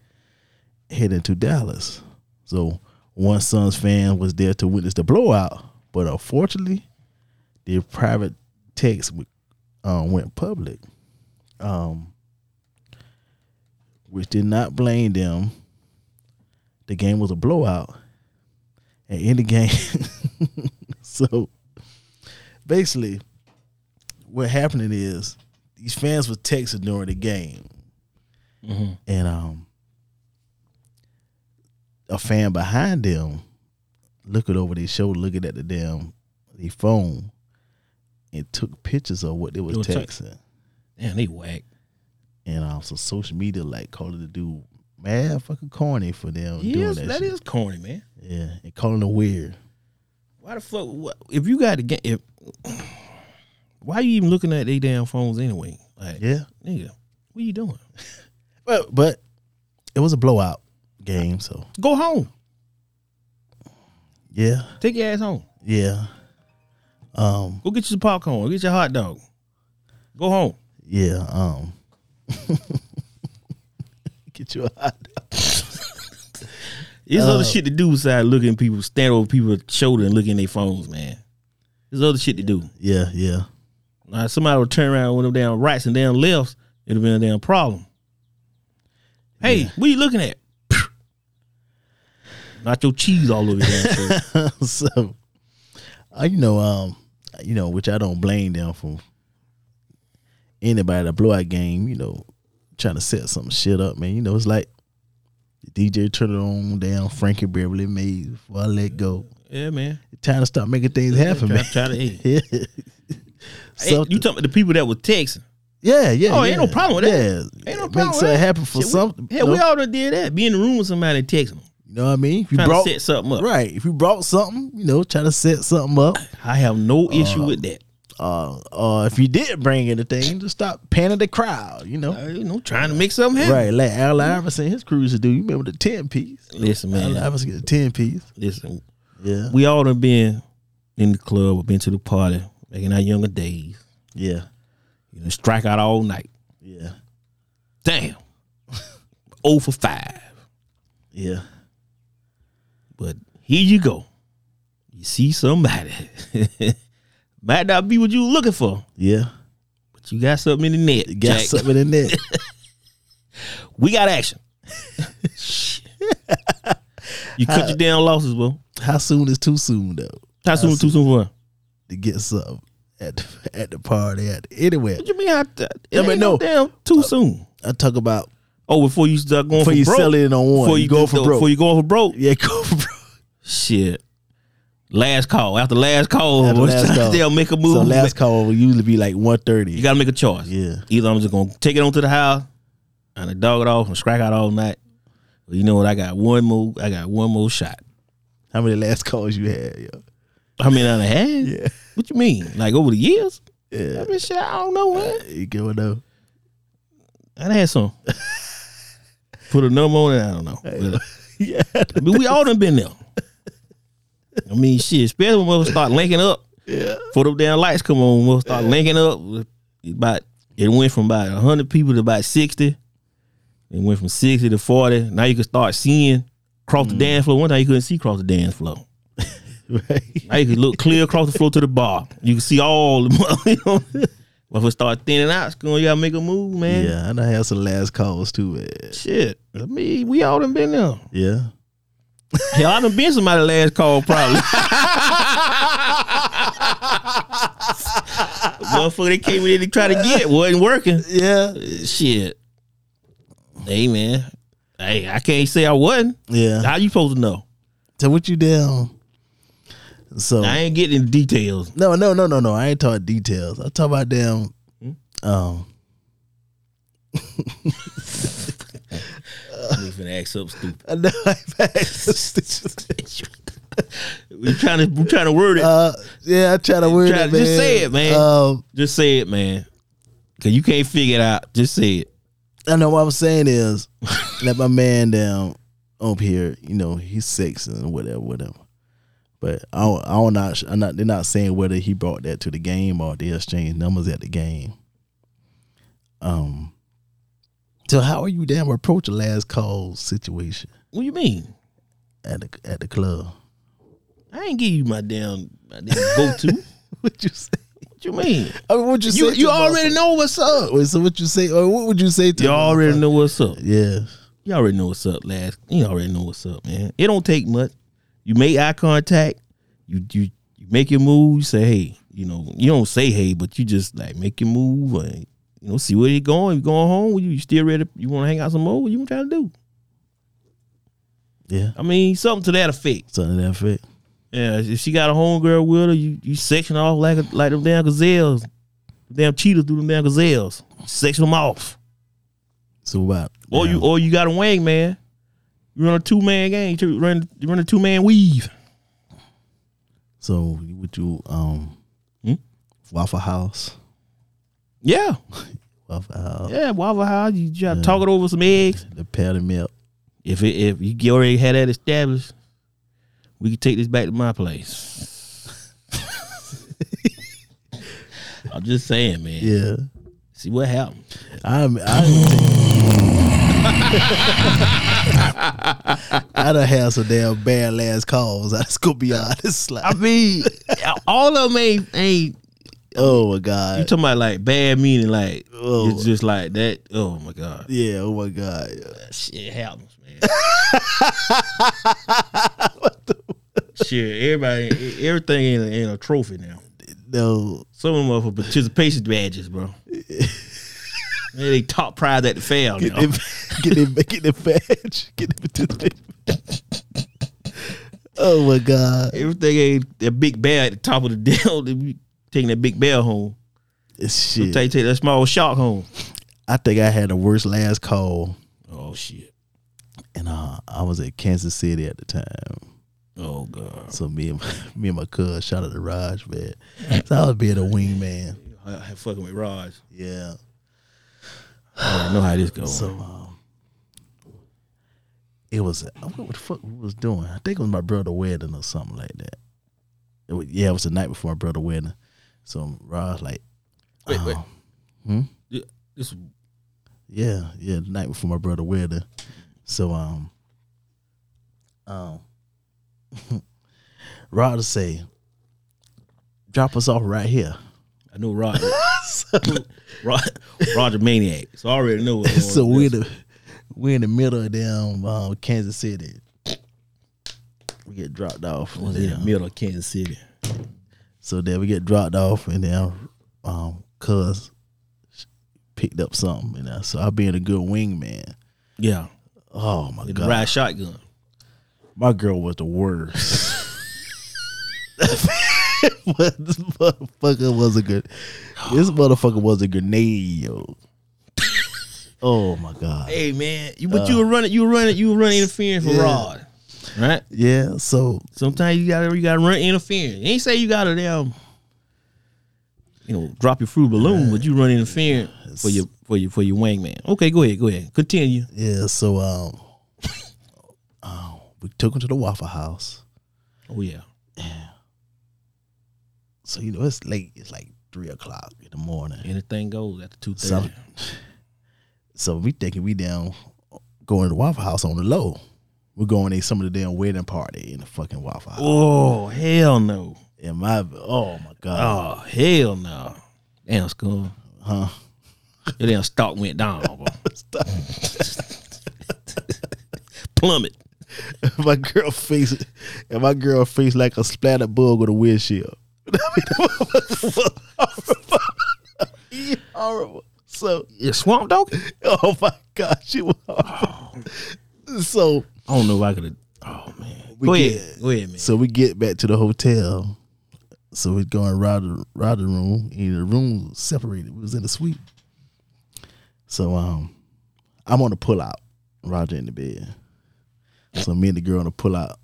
Speaker 1: heading to Dallas. So one Suns fan was there to witness the blowout, but unfortunately, their private text w- uh, went public, um, which did not blame them. The game was a blowout, and in the game, so basically, what happening is these fans were texting during the game, and um, a fan behind them looking over their shoulder, looking at the damn their phone, and took pictures of what they was
Speaker 3: They were te-
Speaker 1: texting.
Speaker 3: Damn, they whack.
Speaker 1: and um, so social media like calling the dude mad fucking corny for them doing
Speaker 3: Yes,
Speaker 1: that.
Speaker 3: that
Speaker 1: shit.
Speaker 3: is corny, man.
Speaker 1: yeah, and calling them weird.
Speaker 3: Why the fuck? What, if you got to get if why you even looking at they damn phones anyway? Like,
Speaker 1: Yeah,
Speaker 3: nigga, what you doing?
Speaker 1: but but it was a blowout game, so
Speaker 3: Go home.
Speaker 1: yeah,
Speaker 3: Take your ass home.
Speaker 1: Yeah. Um.
Speaker 3: Go get you some popcorn. Go get your hot dog. Go home.
Speaker 1: Yeah. Um. Get you a hot dog.
Speaker 3: There's
Speaker 1: Uh,
Speaker 3: other shit to do besides looking at people, stand over people's shoulder and looking at their phones, man. There's other shit to do.
Speaker 1: Yeah. Yeah.
Speaker 3: Now, if somebody would turn around with them down rights and down lefts, it'd have been a damn problem. Hey, what you looking at? Not your cheese all over your damn shirt.
Speaker 1: so, uh, you know, um, you know, which I don't blame them for anybody that blow out game. You know, trying to set some shit up, man. You know, it's like DJ turn it on down. Frankie Beverly made before I let go.
Speaker 3: yeah, man.
Speaker 1: Time to stop making things happen,
Speaker 3: Try,
Speaker 1: man.
Speaker 3: try to eat.
Speaker 1: yeah.
Speaker 3: Hey, you
Speaker 1: Something.
Speaker 3: talking about the people that were texting?
Speaker 1: yeah, yeah.
Speaker 3: Oh,
Speaker 1: yeah.
Speaker 3: ain't no problem with that.
Speaker 1: Yeah,
Speaker 3: Ain't no
Speaker 1: It
Speaker 3: problem
Speaker 1: Makes
Speaker 3: with
Speaker 1: it
Speaker 3: that.
Speaker 1: happen for
Speaker 3: Shit, we-
Speaker 1: something.
Speaker 3: Hell, we all done did that. Be in the room with somebody and text them.
Speaker 1: You know what I mean? If you
Speaker 3: Trying
Speaker 1: brought
Speaker 3: to set something up.
Speaker 1: right, if you brought something, you know, try to set something up.
Speaker 3: I have no issue with that.
Speaker 1: Uh, uh, if you did bring anything, just stop panning the crowd. You know,
Speaker 3: Uh, you know, trying to make something happen.
Speaker 1: right? Like Al Iverson, his crews to do. You remember the ten piece?
Speaker 3: Listen, man.
Speaker 1: Al Iverson get a ten piece.
Speaker 3: Listen,
Speaker 1: Yeah,
Speaker 3: we all done been in the club or been to the party back in our younger days.
Speaker 1: yeah,
Speaker 3: You know, strike out all night.
Speaker 1: yeah,
Speaker 3: Damn. 0 for 5.
Speaker 1: yeah.
Speaker 3: But here you go. You see somebody. Might not be what you were looking for,
Speaker 1: Yeah,
Speaker 3: but you got something in the net.
Speaker 1: got
Speaker 3: Jack.
Speaker 1: something in there.
Speaker 3: We got action. you cut your damn losses, bro.
Speaker 1: How soon is too soon though
Speaker 3: How soon too soon for what?
Speaker 1: to get something at the, at the party at anywhere?
Speaker 3: What you mean? I, it
Speaker 1: I mean,
Speaker 3: ain't no
Speaker 1: no.
Speaker 3: damn too soon.
Speaker 1: I talk about
Speaker 3: Oh, before you start going
Speaker 1: before
Speaker 3: for
Speaker 1: you
Speaker 3: broke.
Speaker 1: sell it on one,
Speaker 3: before you, go
Speaker 1: for broke.
Speaker 3: Before you go for broke.
Speaker 1: yeah, go for broke.
Speaker 3: Shit. Last call. After last call,
Speaker 1: After last call.
Speaker 3: they'll make a move.
Speaker 1: So last
Speaker 3: Make-
Speaker 1: call will usually be like one thirty.
Speaker 3: You gotta make a choice.
Speaker 1: Yeah.
Speaker 3: Either I'm just gonna take it onto the house and I dog it off and strike out all night. But you know what? I got one more. I got one more shot.
Speaker 1: How many last calls you had? Yo?
Speaker 3: How many I done had? Yeah. What you mean? Like over the years?
Speaker 1: Yeah,
Speaker 3: I mean, shit. I don't know, man.
Speaker 1: you get what though?
Speaker 3: I done had some. Put a number on it. I don't know. But-
Speaker 1: Yeah,
Speaker 3: I mean, we all done been there. I mean, shit. Especially when we start linking up.
Speaker 1: yeah,
Speaker 3: Before them damn lights come on, we'll start linking up. About it went from about hundred people to about sixty. It went from sixty to forty. Now you can start seeing across the dance floor. One time you couldn't see across the dance floor.
Speaker 1: right.
Speaker 3: Now you can look clear across the floor to the bar. You can see all the. You know? But if it start thinning out, it's gonna you gotta make a move, man.
Speaker 1: Yeah, I done had some last calls too, man.
Speaker 3: Shit, I mean, we all done been there.
Speaker 1: Yeah,
Speaker 3: Hell, I done been somebody last call probably. Motherfucker, they came in to try to get wasn't working.
Speaker 1: yeah,
Speaker 3: Shit. Hey man. Hey, I can't say I wasn't.
Speaker 1: yeah.
Speaker 3: How you supposed to know?
Speaker 1: So what you down? So
Speaker 3: I ain't getting the details.
Speaker 1: no, no, no, no, no. I ain't talking details. I talk about them.
Speaker 3: Hmm?
Speaker 1: Um,
Speaker 3: I'm even act something stupid.
Speaker 1: I know. I-
Speaker 3: We trying to we trying to word it.
Speaker 1: uh, yeah, I try to word
Speaker 3: Try-
Speaker 1: it, man.
Speaker 3: just say it, man.
Speaker 1: Um,
Speaker 3: Just say it, man. Cause you can't figure it out. Just say it.
Speaker 1: I know what I'm saying is that my man down up here, you know, he's six and whatever, whatever. But I don't, I don't not, I'm not, they're not saying whether he brought that to the game or they exchanged numbers at the game. Um, so how are you damn approach a last call situation
Speaker 3: What you mean?
Speaker 1: at the at the club?
Speaker 3: I ain't give you my damn, my damn go to.
Speaker 1: What you say?
Speaker 3: What you mean?
Speaker 1: I mean, what you,
Speaker 3: You
Speaker 1: say?
Speaker 3: you already know what's up.
Speaker 1: Wait, so what you say? Or what would you say to?
Speaker 3: You
Speaker 1: the
Speaker 3: already
Speaker 1: motherfucker?
Speaker 3: know what's up.
Speaker 1: Yeah,
Speaker 3: You already know what's up, last. You already know what's up, man. It don't take much. You make eye contact. You you, you make your move. You say hey. You know you don't say hey, but you just like make your move and you know see where you going. You going home? You, you still ready? to- You want to hang out some more? What you trying to do?
Speaker 1: yeah,
Speaker 3: I mean something to that effect.
Speaker 1: something to that effect.
Speaker 3: Yeah, if she got a homegirl with her, you you section off like a, like them damn gazelles, damn cheetahs do them damn gazelles. Section them off.
Speaker 1: So about
Speaker 3: Or you or you got a wing man. You run a two man game. You run you run a two man weave.
Speaker 1: So would you um
Speaker 3: Hmm?
Speaker 1: Waffle House?
Speaker 3: Yeah,
Speaker 1: Waffle House.
Speaker 3: yeah. Waffle House. You try to talk it over some eggs.
Speaker 1: The powder milk.
Speaker 3: If it, if you already had that established, we could take this back to my place. I'm just saying, man.
Speaker 1: Yeah.
Speaker 3: See what happens.
Speaker 1: I'm, I, I done had some damn bad last calls. I just gonna be honest. Like,
Speaker 3: I mean, all of them ain't ain't.
Speaker 1: oh my
Speaker 3: You
Speaker 1: god.
Speaker 3: talking about like bad meaning? Like
Speaker 1: Oh.
Speaker 3: it's just like that. Oh my god,
Speaker 1: Yeah. Oh my god.
Speaker 3: that shit happens, man. shit, everybody, e, everything ain't, a- ain't a trophy now.
Speaker 1: No.
Speaker 3: Some of them are for participation badges, bro. Man, they top prize at the fair.
Speaker 1: Get
Speaker 3: now.
Speaker 1: the get the get the badge. Get the Oh my god.
Speaker 3: Everything ain't that big bell at the top of the deal. They be taking that big bell home.
Speaker 1: Shit.
Speaker 3: Take take that small shark home.
Speaker 1: I think I had the worst last call,
Speaker 3: Oh shit.
Speaker 1: and uh, I was at Kansas City at the time.
Speaker 3: Oh god.
Speaker 1: So me and my, me and my cuz shout out to Raj, man. So I was being a wingman.
Speaker 3: I, I fucking with Raj.
Speaker 1: Yeah.
Speaker 3: I know how this goes.
Speaker 1: So um, it was I don't know what the fuck we was doing. I think it was my brother's wedding or something like that. It was, yeah, it was the night before my brother's wedding. So um, Raj like,
Speaker 3: wait, wait.
Speaker 1: oh,
Speaker 3: This
Speaker 1: yeah, yeah, the night before my brother's wedding. So um, um, Raj to say, drop us off right here.
Speaker 3: I know Roger. Roger, Roger Maniac. So I already know what's going
Speaker 1: so
Speaker 3: on.
Speaker 1: we in the we in the middle of damn um, Kansas City. We get dropped off.
Speaker 3: Was in the middle of Kansas City.
Speaker 1: So then we get dropped off, and then um, cuz picked up something, you know. So I being a good wingman.
Speaker 3: Yeah.
Speaker 1: Oh my
Speaker 3: With the
Speaker 1: god,
Speaker 3: ride shotgun.
Speaker 1: my girl was the worst. But this motherfucker was a good. This motherfucker was a grenade, yo. Oh my god.
Speaker 3: Hey man, you but you were running you were running you were running interference for
Speaker 1: yeah.
Speaker 3: Rod. Right?
Speaker 1: Yeah. So
Speaker 3: Sometimes you gotta you gotta run interference. Ain't say you gotta damn you know drop your fruit balloon, but you run interference for your for your for your wing man. Okay, go ahead, go ahead. Continue.
Speaker 1: Yeah, so um, uh, we took him to the Waffle House.
Speaker 3: Oh yeah.
Speaker 1: So you know it's late; it's like three o'clock in the morning.
Speaker 3: Anything goes after two
Speaker 1: So,
Speaker 3: thirty.
Speaker 1: so we thinking we down going to the Waffle House on the low. We're going to some of the damn wedding party in the fucking Waffle House.
Speaker 3: Oh hell no.
Speaker 1: And my oh my god,
Speaker 3: Oh hell no. Damn school.
Speaker 1: huh?
Speaker 3: Your damn stock went down, bro. Plummet.
Speaker 1: my girl face and my girl face like a splattered bug with a windshield. He horrible. So
Speaker 3: You swamp dog?
Speaker 1: Oh my God, she was horrible. So
Speaker 3: I don't know if I could have Oh man.
Speaker 1: We
Speaker 3: go
Speaker 1: get-
Speaker 3: ahead. Go ahead, man.
Speaker 1: so we get back to the hotel. So we go and ride the ride the room. And the room was separated. We was in the suite. So um I'm on the pull out, Roger in the bed. So me and the girl on the pull out.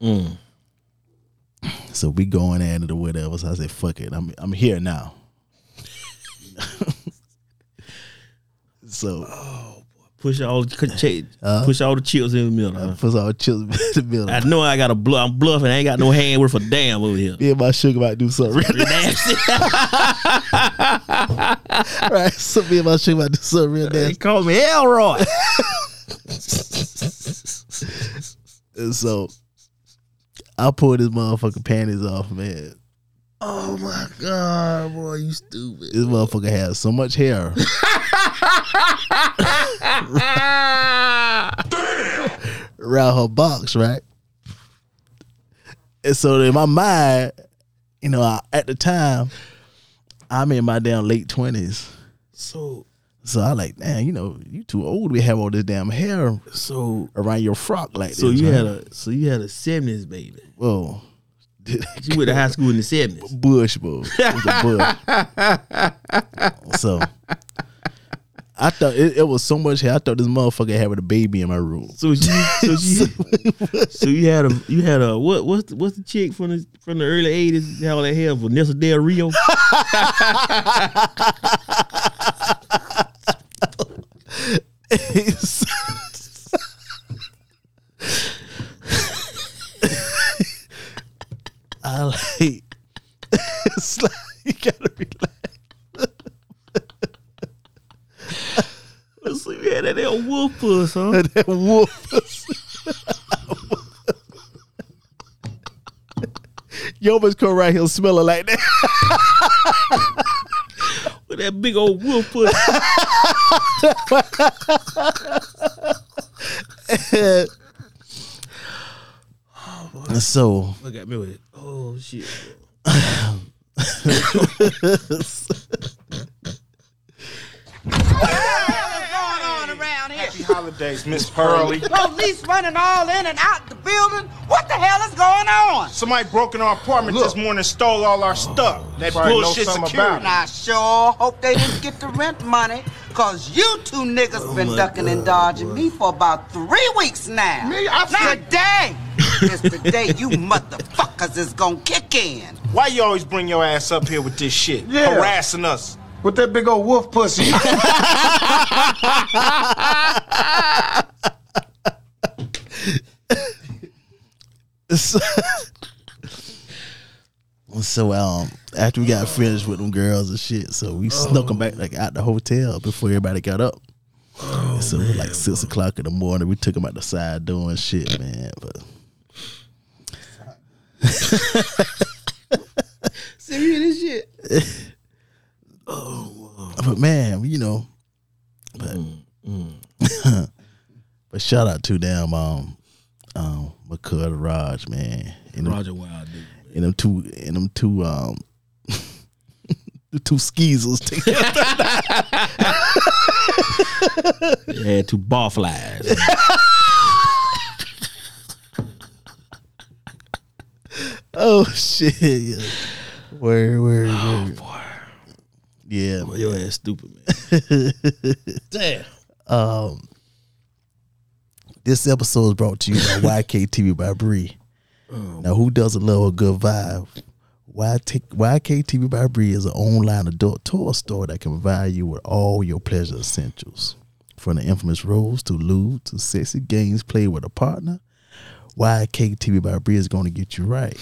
Speaker 3: Mm.
Speaker 1: So we going at it or whatever. So I said, fuck it. I'm I'm here now. so
Speaker 3: Uh. Push all the ch- push all the chips in the middle. huh?
Speaker 1: puts all chills in the middle.
Speaker 3: I know I got a bluff. I'm bluffing. I ain't got no hand worth a damn over here.
Speaker 1: me and my sugar might do something real
Speaker 3: Nasty.
Speaker 1: right. So me and my sugar might do something real
Speaker 3: they
Speaker 1: nasty.
Speaker 3: call me Elroy.
Speaker 1: And so I pulled his motherfucking panties off, man.
Speaker 3: oh my god, boy, you stupid.
Speaker 1: This motherfucker has so much hair. around her box, right? And so in my mind, you know, I, at the time, I'm in my damn late twenties.
Speaker 3: So
Speaker 1: So I like, damn, you know, you too old to have all this damn hair
Speaker 3: so
Speaker 1: around your frock like
Speaker 3: so
Speaker 1: this.
Speaker 3: you
Speaker 1: right?
Speaker 3: had a so you had a seventies baby.
Speaker 1: whoa.
Speaker 3: She went to high school in the seventies.
Speaker 1: bush, bro. It was a bush. so I thought it, it was so much hair. I thought this motherfucker had with a baby in my room.
Speaker 3: So she so she so you had a you had a what what's the, what's the chick from the from the early eighties? How that hell Vanessa Del Rio?
Speaker 1: I like it's like you gotta relax.
Speaker 3: Let's see, we had that old wolf puss, huh?
Speaker 1: That wolf. Yo, must come right here smelling like that.
Speaker 3: With that big old wolf puss.
Speaker 1: So,
Speaker 3: Look at me with it. Oh shit. bro.
Speaker 5: going on around here?
Speaker 6: holidays, Miss Pearly.
Speaker 5: Police running all in and out the building. What the hell is going on?
Speaker 6: Somebody broke in our apartment this morning, stole all our stuff. They bullshit security.
Speaker 5: And I sure hope they didn't get the rent money, cause you two niggas been ducking and dodging me for about three weeks now.
Speaker 6: Me? I
Speaker 5: now,
Speaker 6: said-
Speaker 5: dang! it's the day you motherfuckers is gonna kick in.
Speaker 6: Why you always bring your ass up here with this shit,
Speaker 7: Yeah.
Speaker 6: harassing us?
Speaker 7: With that big old wolf pussy.
Speaker 1: so, so, um, after we got finished with them girls and shit, so we
Speaker 3: Oh.
Speaker 1: snuck them back like out the hotel before everybody got up.
Speaker 3: Oh,
Speaker 1: so it was like six o'clock in the morning, we took them out the side door and shit, man. But
Speaker 3: Serious this shit. Oh,
Speaker 1: but man, you know, but
Speaker 3: Mm,
Speaker 1: but shout out to them, um, um, McCud Raj, man, and them,
Speaker 3: Roger Wild dude.
Speaker 1: and them two, and them two, um, the two skeezers together.
Speaker 3: They had two ball flies.
Speaker 1: oh shit, yeah. word, word, word.
Speaker 3: boy.
Speaker 1: yeah,
Speaker 3: Boy, your ass stupid, man. Damn.
Speaker 1: This episode is brought to you by YKTV by Bree. Now, who doesn't love a good vibe? Why take YKTV by Bree is an online adult toy store that can provide you with all your pleasure essentials. From the infamous roles to lewd to sexy games played with a partner, YKTV by Bree is going to get you right.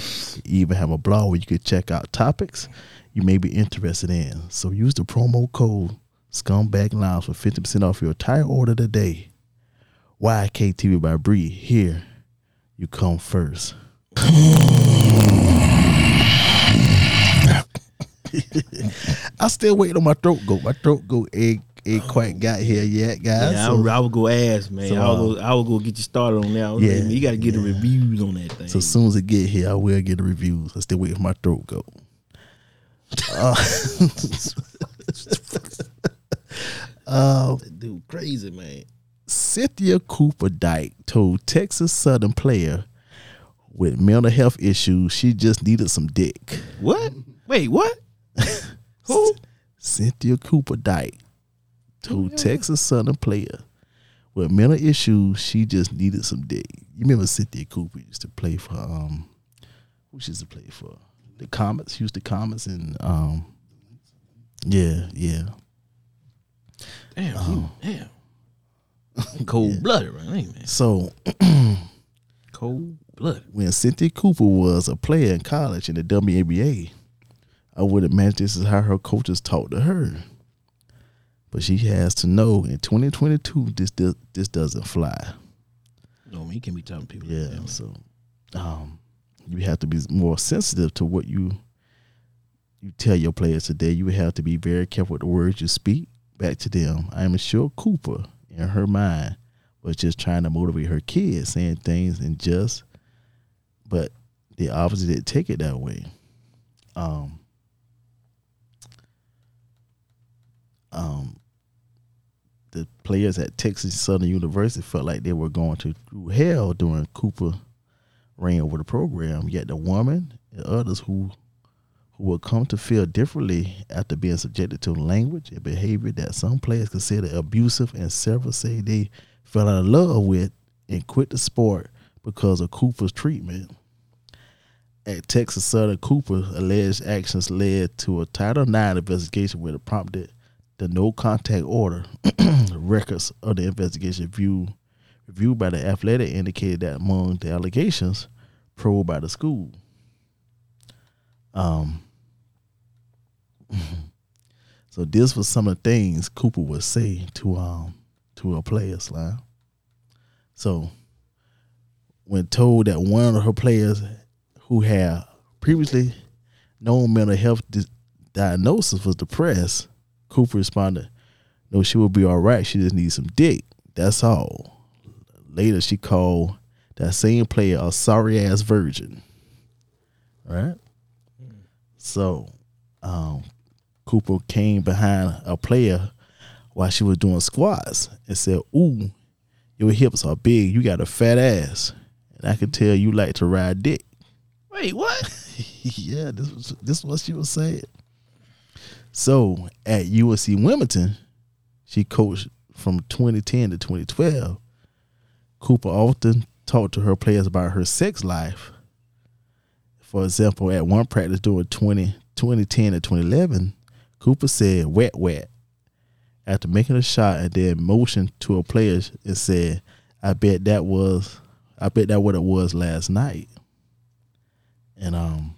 Speaker 1: You even have a blog where you can check out topics you may be interested in. So use the promo code Scumbag Lounge for 50% off your entire order today. YKTV by Bree. Here, you come first. I still waiting on my throat goat. My throat goat egg ain't quite got here yet, guys.
Speaker 3: Yeah, I,
Speaker 1: so,
Speaker 3: would, I would go ass, man.
Speaker 1: so,
Speaker 3: I,
Speaker 1: um,
Speaker 3: would go, I would go get you started on that. I would-
Speaker 1: Yeah,
Speaker 3: you got to get the reviews on that thing.
Speaker 1: so as soon as it get here, I will get the reviews. I still waiting for my throat goat.
Speaker 3: dude, crazy man.
Speaker 1: Cynthia Cooper Dyke told Texas Southern player with mental health issues she just needed some dick.
Speaker 3: What? Wait, what? Who?
Speaker 1: Cynthia Cooper Dyke told Texas Southern player with mental issues she just needed some dick. You remember Cynthia Cooper used to play for um who she used to play for? The Comets, Houston Comets and um Yeah, yeah.
Speaker 3: Damn,
Speaker 1: Um,
Speaker 3: you- damn. Cold blooded, right? Hey, man.
Speaker 1: So
Speaker 3: Cold blooded.
Speaker 1: when Cynthia Cooper was a player in college in the WNBA, I would imagine this is how her coaches talked to her. But she has to know in 2022 this this, this doesn't fly.
Speaker 3: No, man, you can't be talking to people. like
Speaker 1: Yeah.
Speaker 3: that, man.
Speaker 1: So um, you have to be more sensitive to what you you tell your players today. You have to be very careful with the words you speak back to them. I am sure Cooper, in her mind, was just trying to motivate her kids, saying things and just, but they obviously didn't take it that way. Um. Um, the players at Texas Southern University felt like they were going to through hell during Cooper reign over the program. Yet the woman and others who who would come to feel differently after being subjected to language and behavior that some players consider abusive and several say they fell out of love with and quit the sport because of Cooper's treatment. At Texas Southern, Cooper alleged actions led to a Title IX investigation which prompted the no contact order. Records of the investigation view, reviewed by the athletic indicated that among the allegations probed by the school. Um, So this was some of the things Cooper would say to um to her players, line. So when told that one of her players who had previously known mental health dis- diagnosis was depressed, Cooper responded, "No, she will be all right. She just needs some dick. That's all." Later, she called that same player a sorry ass virgin. Right. So, um, Cooper came behind a player while she was doing squats and said, "Ooh, your hips are big. You got a fat ass, and I could tell you like to ride dick."
Speaker 3: Wait, what?
Speaker 1: yeah, this was this was what she was saying. So at UNC Wilmington, she coached from 2010 to 2012. Cooper often talked to her players about her sex life. For example, at one practice during 20, 2010 to 2011, Cooper said, wet, wet, after making a shot and then motioned to a player and said, I bet that was, I bet that what it was last night. And um,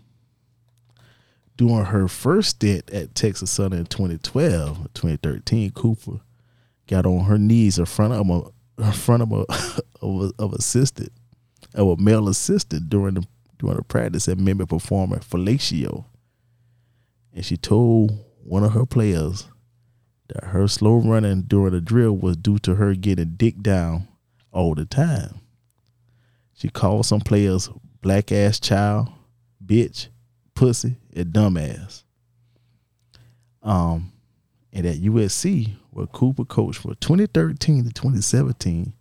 Speaker 1: during her first stint at Texas Southern in 2012, 2013, Cooper got on her knees in front of a in front of a of a, of assistant of a male assistant during the during the practice and mimic performer fellatio. And she told one of her players that her slow running during the drill was due to her getting dick down all the time. She called some players black ass child, bitch, pussy, and dumbass. Um, and at USC, where Cooper coached from 2013 to 2017,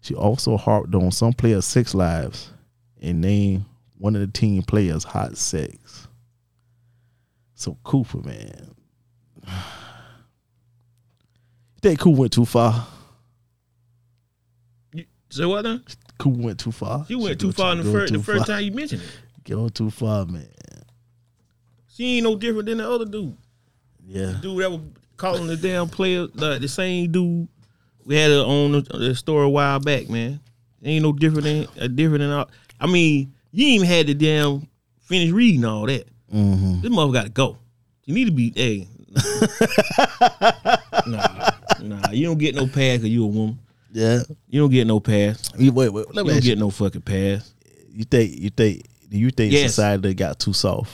Speaker 1: she also harped on some players' sex lives and named one of the team players hot sex. So Cooper, man, you think Cooper went too far?
Speaker 3: You, so what now?
Speaker 1: Cooper went too far.
Speaker 3: You went
Speaker 1: She
Speaker 3: too
Speaker 1: go
Speaker 3: far in the
Speaker 1: go
Speaker 3: first the
Speaker 1: too
Speaker 3: first
Speaker 1: far.
Speaker 3: time you mentioned it.
Speaker 1: Go too far, man.
Speaker 3: She ain't no different than the other dude.
Speaker 1: Yeah.
Speaker 3: Dude that was calling the damn player the, the same dude we had her on the, the store a while back, man. Ain't no different than uh, different than all, I mean, you ain't even had to damn finish reading all that. This mother got to go. You need to be hey. nah, nah, you don't get no pass because you a woman.
Speaker 1: Yeah.
Speaker 3: You don't get no pass.
Speaker 1: You, wait, wait. Let
Speaker 3: You
Speaker 1: me
Speaker 3: don't
Speaker 1: ask you.
Speaker 3: get no fucking pass.
Speaker 1: You think? You think? Do you think
Speaker 3: Yes.
Speaker 1: society got too soft?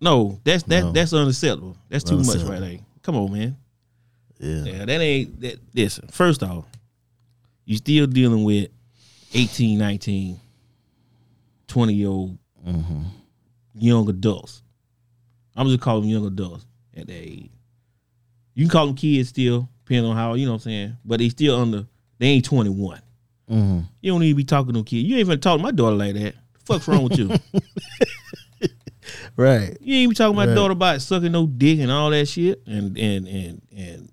Speaker 3: No, that's that
Speaker 1: No.
Speaker 3: that's unacceptable. That's too much
Speaker 1: Unacceptable.
Speaker 3: right there. Come on, man.
Speaker 1: Yeah.
Speaker 3: Yeah, that ain't that listen, first off, you still dealing with 18, 19, 20 year old young adults. I'm just calling them young adults at that age. You can call them kids still, depending on how, you know what I'm saying? But they still under they ain't 21. You don't need to be talking to no kids. You ain't even talking to my daughter like that. fuck's wrong with you?
Speaker 1: Right.
Speaker 3: You ain't even talking about
Speaker 1: Right.
Speaker 3: daughter about sucking no dick and all that shit and and and and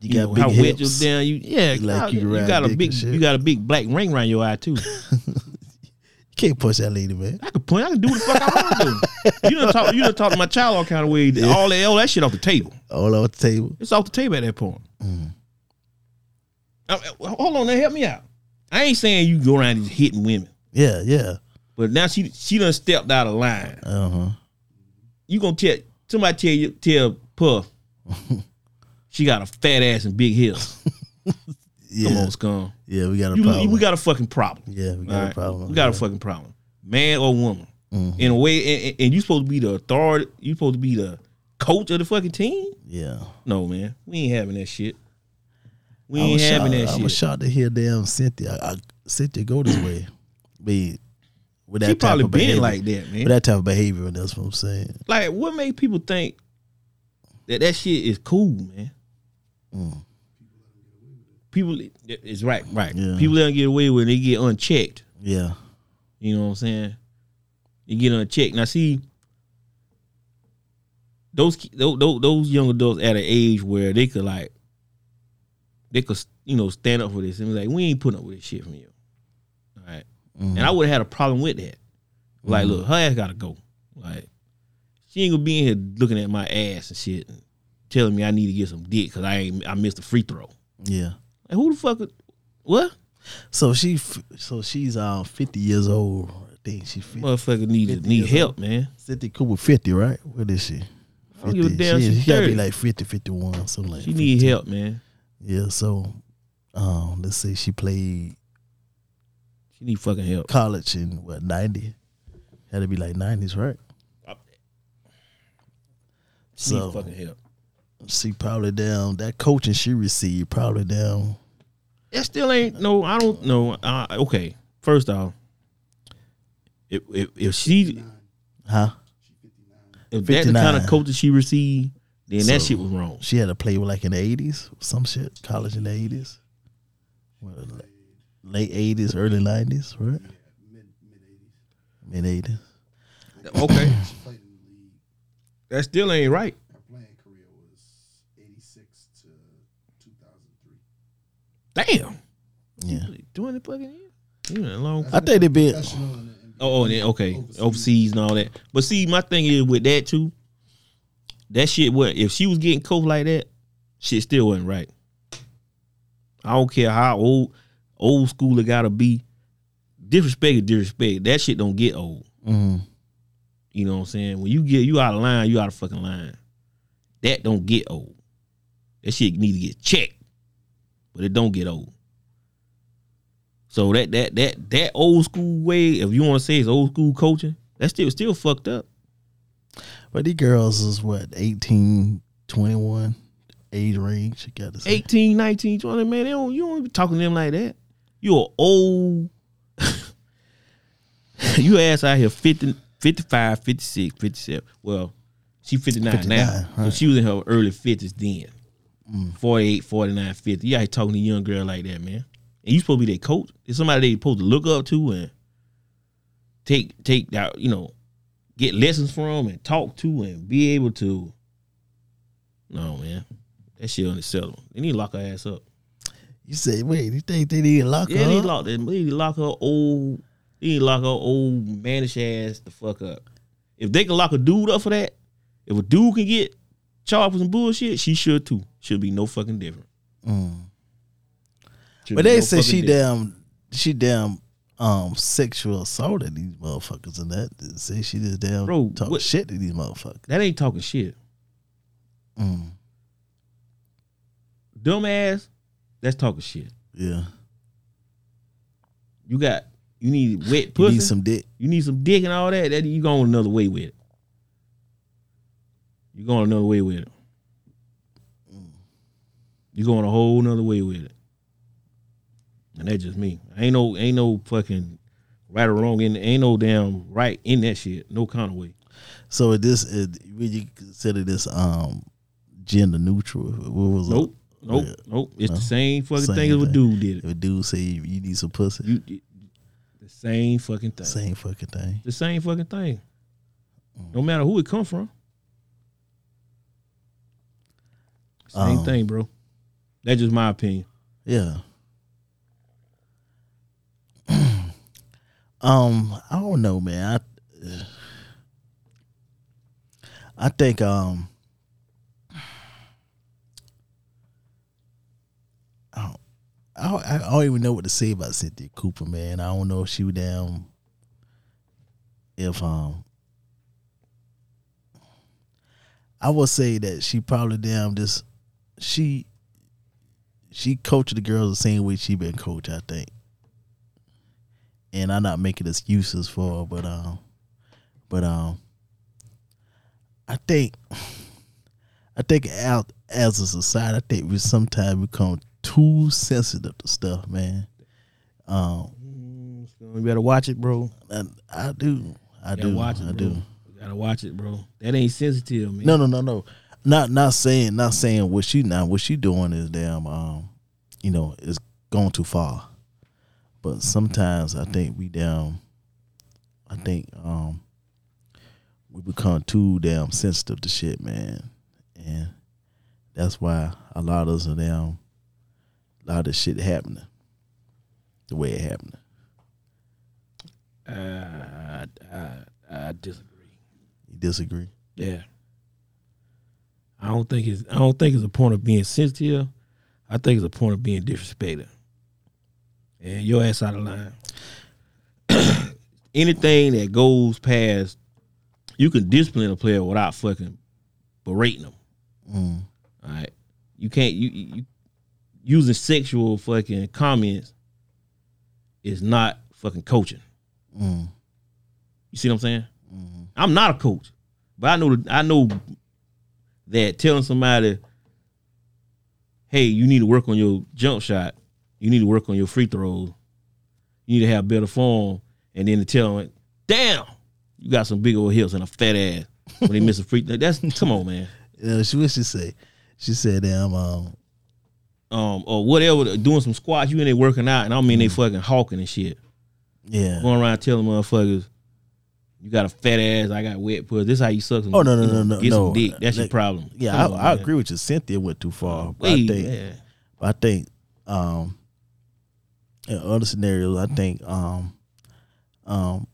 Speaker 1: You,
Speaker 3: you
Speaker 1: got
Speaker 3: know,
Speaker 1: big
Speaker 3: how wet you
Speaker 1: hips.
Speaker 3: down you yeah
Speaker 1: You like
Speaker 3: how-
Speaker 1: you
Speaker 3: you,
Speaker 1: can ride
Speaker 3: got a
Speaker 1: dick
Speaker 3: big
Speaker 1: and shit.
Speaker 3: you got a big black ring around your eye too.
Speaker 1: You can't push that lady, man.
Speaker 3: I can point I can do what the fuck I want to do. You done talk you done talk to my child all kind of way all that all that shit off the table.
Speaker 1: All off the table.
Speaker 3: It's off the table at that point.
Speaker 1: Mm.
Speaker 3: Uh, uh, hold on, now help me out. I ain't saying you go around and just hitting women,
Speaker 1: Yeah. Yeah.
Speaker 3: but now she she done stepped out of line.
Speaker 1: Uh huh.
Speaker 3: you gonna tell somebody tell you tell Puff she got a fat ass and big hips.
Speaker 1: Yeah.
Speaker 3: Come on, scum.
Speaker 1: Yeah. We got a
Speaker 3: You,
Speaker 1: problem.
Speaker 3: we got a fucking problem.
Speaker 1: Yeah. We got
Speaker 3: Alright?
Speaker 1: a problem. Mm-hmm.
Speaker 3: We got a
Speaker 1: Yeah.
Speaker 3: fucking problem, man or woman. In a way, and- and, and you supposed to be the authority. You supposed to be the coach of the fucking team.
Speaker 1: Yeah.
Speaker 3: No, man, we ain't having that shit. We
Speaker 1: I
Speaker 3: ain't
Speaker 1: was shocked-
Speaker 3: having that
Speaker 1: I was
Speaker 3: shit.
Speaker 1: shocked to hear damn Cynthia. I, I, Cynthia go this way. Be with that
Speaker 3: She
Speaker 1: type
Speaker 3: probably
Speaker 1: of
Speaker 3: been
Speaker 1: behavior.
Speaker 3: like that, man.
Speaker 1: With that type of behavior. That's what I'm saying.
Speaker 3: like, what made people think that that shit is cool, man? People, it's right, right.
Speaker 1: Yeah.
Speaker 3: People don't get away with it, they get unchecked.
Speaker 1: Yeah.
Speaker 3: You know what I'm saying? You get unchecked. Now, see, those ki- tho- tho- those young adults at an age where they could like, they could you know stand up for this and be like, we ain't putting up with this shit from you. All right?
Speaker 1: Mm-hmm.
Speaker 3: and I would have had a problem with that. Like, look, her ass gotta go. Like, she ain't gonna be in here looking at my ass and shit, and telling me I need to get some dick because I ain't I missed a free throw.
Speaker 1: Yeah.
Speaker 3: Like, who the fuck? would- What
Speaker 1: So she, f- so she's um fifty years old. I think she fifty.
Speaker 3: motherfucker need
Speaker 1: Fifty
Speaker 3: need
Speaker 1: years old.
Speaker 3: help, man?
Speaker 1: Cynthia Cooper fifty, right? What is she?
Speaker 3: I don't give a
Speaker 1: 50.
Speaker 3: damn.
Speaker 1: She,
Speaker 3: She's
Speaker 1: she gotta be
Speaker 3: 30.
Speaker 1: like 50, 51, something like
Speaker 3: She need help, man.
Speaker 1: Yeah, so um, let's say she played
Speaker 3: She need fucking help.
Speaker 1: college in what, 90? Had to be like 90s, right?
Speaker 3: She need
Speaker 1: So
Speaker 3: fucking help.
Speaker 1: she probably down, that coaching she received probably down.
Speaker 3: It still ain't no. I don't know. Uh, okay, first off, if if, if she
Speaker 1: Huh?
Speaker 3: if that the kind
Speaker 1: 59.
Speaker 3: of coach that she received, then that
Speaker 1: So-
Speaker 3: shit was wrong.
Speaker 1: She had to play with like in the 80s, some shit, college in the 80s. What, la- Late 80s, early 90s, right? Mid 80s.
Speaker 3: Okay, that still ain't right. Damn,
Speaker 1: Yeah.
Speaker 3: doing the fucking year. You in a long.
Speaker 1: I think they been.
Speaker 3: Oh, oh yeah, okay. Overseas. and all that. But see, my thing is with that too. That shit. What if she was getting coached like that? Shit still wasn't right. I don't care how old old schooler gotta be. Disrespect is disrespect. That shit don't get old.
Speaker 1: Mm,
Speaker 3: You know what I'm saying? When you get you out of line, you out of fucking line. That don't get old. That shit need to get checked, but it don't get old. So that that that that old school way, if you want to say it's old school coaching, that's still still fucked up.
Speaker 1: but these girls is what, 18, 21 age range? You got to say.
Speaker 3: 18, 19, 20, man, they don't, you don't be talking to them like that. You are old. you ass out here 50, 55, 56, 57. Well, she 59,
Speaker 1: 59,
Speaker 3: now. So
Speaker 1: right.
Speaker 3: she was in her early 50s then. 48, 49, 50. You out here talking to a young girl like that, man. And you supposed to be their coach. It's somebody they supposed to look up to and take take that, you know, get lessons from and talk to and be able to. No, man. That shit unacceptable. They need to lock her ass up.
Speaker 1: You say, wait, you think they need to lock
Speaker 3: Yeah,
Speaker 1: her
Speaker 3: they need
Speaker 1: up?
Speaker 3: to lock that. They need to lock her old. They need to lock her old manish ass the fuck up. If they can lock a dude up for that, if a dude can get charged with some bullshit, she should too. Should be no fucking different. Should
Speaker 1: Mm. But
Speaker 3: be
Speaker 1: they
Speaker 3: no
Speaker 1: say
Speaker 3: fucking
Speaker 1: she
Speaker 3: different.
Speaker 1: damn, she damn um sexual assaulted these motherfuckers and that. They say she just damn
Speaker 3: Bro,
Speaker 1: talk
Speaker 3: what-
Speaker 1: shit to these motherfuckers.
Speaker 3: That ain't talking shit.
Speaker 1: Mm,
Speaker 3: Dumbass. That's talking shit.
Speaker 1: yeah.
Speaker 3: You got. You need wet
Speaker 1: You
Speaker 3: pussy.
Speaker 1: need some dick.
Speaker 3: you need some dick and all that, that you going another way with it. You going another way with it. You going a whole nother way with it. And that's just me. Ain't no ain't no fucking right or wrong in ain't no damn right in that shit. No kind of way.
Speaker 1: So is this is, would you consider this um gender neutral? What was it?
Speaker 3: Nope. Nope.
Speaker 1: Yeah.
Speaker 3: Nope. It's
Speaker 1: No.
Speaker 3: the same fucking
Speaker 1: Same
Speaker 3: thing as what
Speaker 1: thing.
Speaker 3: dude did
Speaker 1: If
Speaker 3: it.
Speaker 1: a dude say you, you need some pussy,
Speaker 3: You, you- the same fucking thing.
Speaker 1: same fucking thing.
Speaker 3: The same fucking thing. No matter who it come from. Same
Speaker 1: Um,
Speaker 3: thing, bro. That's just my opinion.
Speaker 1: Yeah. um, I don't know, man. I I think um I don't, I don't, I don't even know what to say about Cynthia Cooper, man. I don't know if she was down if um I would say that she probably damn just she she coached the girls the same way she been coached, I think. And I'm not making excuses for her, but um but um I think I think out as a society, I think we sometimes become too sensitive to stuff, man. Um
Speaker 3: You better watch it, bro.
Speaker 1: and I do. I
Speaker 3: Gotta
Speaker 1: do.
Speaker 3: watch it,
Speaker 1: I
Speaker 3: bro.
Speaker 1: do.
Speaker 3: You gotta watch it, bro. That ain't sensitive, man.
Speaker 1: No, no, no, no. Not not saying not saying what she now what she doing is damn um you know is going too far. But sometimes I think we damn I think um we become too damn sensitive to shit, man. And that's why a lot of us are damn a lot of this shit happening the way it happened.
Speaker 3: Uh, I, I, I disagree.
Speaker 1: You disagree?
Speaker 3: Yeah. I don't think it's I don't think it's a point of being sensitive. I think it's a point of being disrespected. And your ass out of line. Anything that goes past you can discipline a player without fucking but berating them. All right, you can't you, you you- using sexual fucking comments is not fucking coaching. You see what I'm saying? I'm not a coach, but I know I know that telling somebody, "Hey, you need to work on your jump shot. You need to work on your free throws. You need to have better form." And then to tell them, "Damn, you got some big old hips and a fat ass when they miss a free throw." That's come on, man.
Speaker 1: You know, she what she say? She said, "Damn, um,
Speaker 3: Um, or whatever, doing some squats. You in there working out, and I mean they fucking hawking and shit.
Speaker 1: yeah."
Speaker 3: Going around telling motherfuckers, "You got a fat ass. I got wet pussy. This how you suck some.
Speaker 1: Oh no no
Speaker 3: you
Speaker 1: no
Speaker 3: know,
Speaker 1: no
Speaker 3: Get
Speaker 1: no.
Speaker 3: some dick. That's your
Speaker 1: Like,
Speaker 3: problem.
Speaker 1: Yeah,
Speaker 3: Come
Speaker 1: I,
Speaker 3: on,
Speaker 1: I
Speaker 3: man.
Speaker 1: agree with you. Cynthia went too far. but I
Speaker 3: Wait,
Speaker 1: think
Speaker 3: yeah.
Speaker 1: I think um in other scenarios, I think um um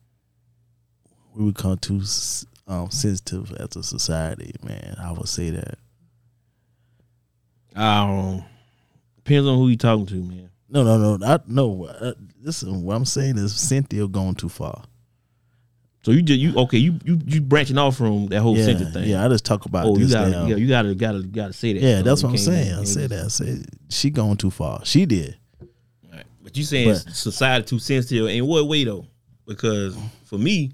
Speaker 1: we become too s- um sensitive as a society, man. I would say that.
Speaker 3: I don't. Um, Depends on who you talking to, man.
Speaker 1: No, no, no. I no. Uh, listen, what I'm saying is Cynthia going too far.
Speaker 3: So you just you okay? You you you branching off from that whole
Speaker 1: Yeah,
Speaker 3: center Oh, thing.
Speaker 1: yeah. I just talk about
Speaker 3: Oh, you
Speaker 1: this
Speaker 3: gotta,
Speaker 1: now.
Speaker 3: you gotta you gotta gotta gotta say that.
Speaker 1: yeah,
Speaker 3: So
Speaker 1: that's
Speaker 3: you
Speaker 1: what I'm
Speaker 3: can't-
Speaker 1: saying. I
Speaker 3: can't
Speaker 1: said
Speaker 3: just-
Speaker 1: that. I said she going too far. She did.
Speaker 3: Right. But you saying
Speaker 1: But-
Speaker 3: society too sensitive in what way though? Because for me,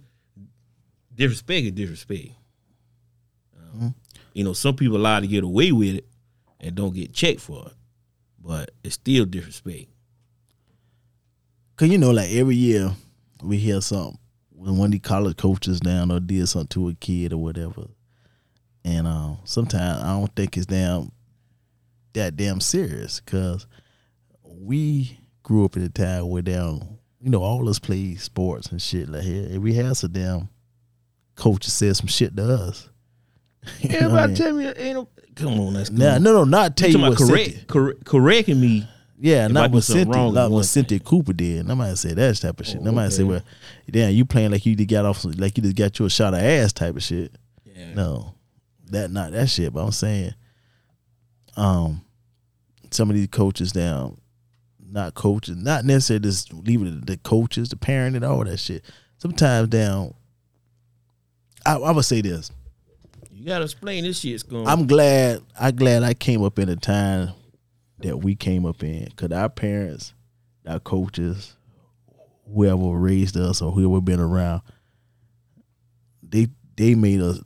Speaker 3: disrespect is disrespect. Um,
Speaker 1: Mm-hmm.
Speaker 3: You know, some people allow to get away with it and don't get checked for it, but it's still disrespect.
Speaker 1: Cause you know, like every year we hear something when one of these college coaches down or did something to a kid or whatever. And um, sometimes I don't think it's damn that damn serious because we grew up in a time where down you know all us played sports and shit like here and we had some damn coach that said some shit to us. You know what I mean?
Speaker 3: tell me, ain't no, come on, that's
Speaker 1: Nah, no, no, not tell
Speaker 3: Mm-hmm. You
Speaker 1: you
Speaker 3: talking
Speaker 1: what
Speaker 3: about
Speaker 1: correct.
Speaker 3: correct, correct, correcting me
Speaker 1: Yeah,
Speaker 3: I
Speaker 1: not
Speaker 3: do
Speaker 1: what
Speaker 3: something
Speaker 1: Cynthia,
Speaker 3: wrong,
Speaker 1: not
Speaker 3: it's
Speaker 1: what
Speaker 3: one
Speaker 1: Cynthia Cooper did. Nobody said that type of shit. Nobody said,
Speaker 3: okay.
Speaker 1: "Well, damn, you playing like you just got off, some- like you just got you a shot of ass type of shit." No, that not that shit. But I'm saying, um, some of these coaches down, not coaches, not necessarily just leaving it to the coaches, the parent, and all that shit. Sometimes down, I, I would say this.
Speaker 3: You gotta explain this shit's going.
Speaker 1: I'm glad. I glad I came up in a time that we came up in, cause our parents, our coaches, whoever raised us or whoever been around, they they made us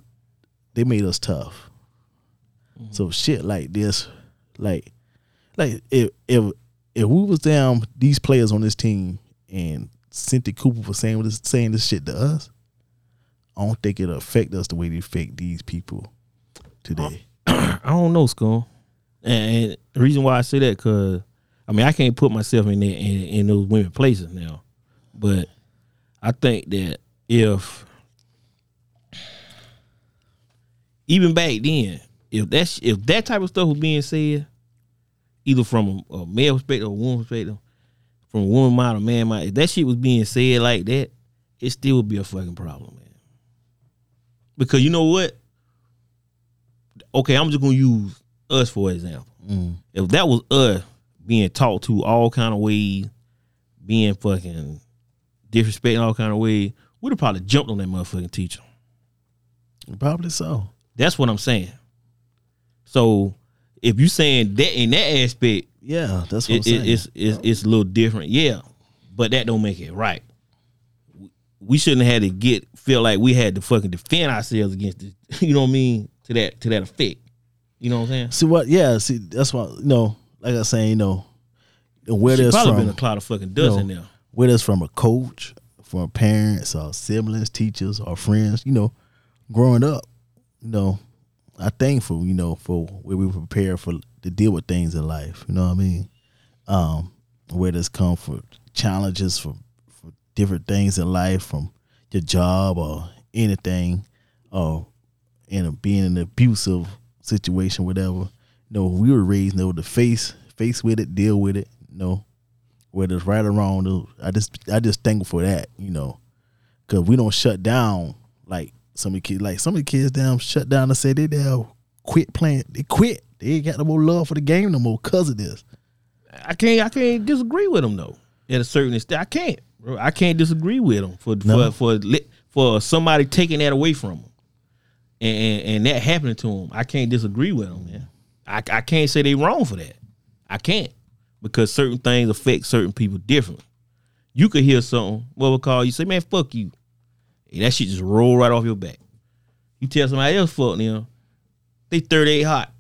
Speaker 1: they made us tough. So shit like this, like like if if if we was down these players on this team and Cynthia Cooper was saying this saying this shit to us, I don't think it'll affect us the way they affect these people today.
Speaker 3: I don't know, Skull. And, and the reason why I say that, cause I mean I can't put myself in there in, in those women places now, but I think that if even back then, if that sh- if that type of stuff was being said, either from a, a male perspective or a woman perspective, from a woman mind or man mind, if that shit was being said like that, it still would be a fucking problem, man. Because you know what? okay, I'm just gonna use us for example.
Speaker 1: Mm.
Speaker 3: If that was us being talked to all kind of ways, being fucking disrespecting all kind of ways, we'd have probably jumped on that motherfucking teacher.
Speaker 1: Probably so.
Speaker 3: That's what I'm saying. So if you saying that in that aspect,
Speaker 1: Yeah, that's what I'm
Speaker 3: it,
Speaker 1: saying.
Speaker 3: it, it's, it's it's a little different, yeah. But that don't make it right. We shouldn't have had to get feel like we had to fucking defend ourselves against this. You know what I mean? To that to that effect. You know what I'm saying?
Speaker 1: see what? Yeah, see that's why. You know, like I was saying, you know, where
Speaker 3: She
Speaker 1: that's
Speaker 3: probably
Speaker 1: from,
Speaker 3: been a cloud of fucking
Speaker 1: you
Speaker 3: dust
Speaker 1: know,
Speaker 3: in there.
Speaker 1: where that's from a coach, from parents, or siblings, teachers, or friends. You know, growing up, you know, I thankful, you know, for where we prepare for to deal with things in life. You know what I mean? Um, where this come from challenges from, from different things in life, from your job or anything, or and being in an abusive situation, whatever. No, we were raised you know to face face with it, deal with it. You know, whether it's right or wrong, though, I just I just thankful for that. You know, because we don't shut down like some of the kids. Like some of the kids down shut down and say they damn quit playing. They quit. They ain't got no more love for the game no more because of this.
Speaker 3: I can't I can't disagree with him though. At a certain extent, I can't. Bro, I can't disagree with him for
Speaker 1: No.
Speaker 3: for for li- for somebody taking that away from him. and, and and that happening to them, I can't disagree with them, man. I I can't say they wrong for that. I can't because certain things affect certain people differently. You could hear something, what we call you say, man, fuck you. And that shit just roll right off your back. You tell somebody else fuck them, they 38 hot.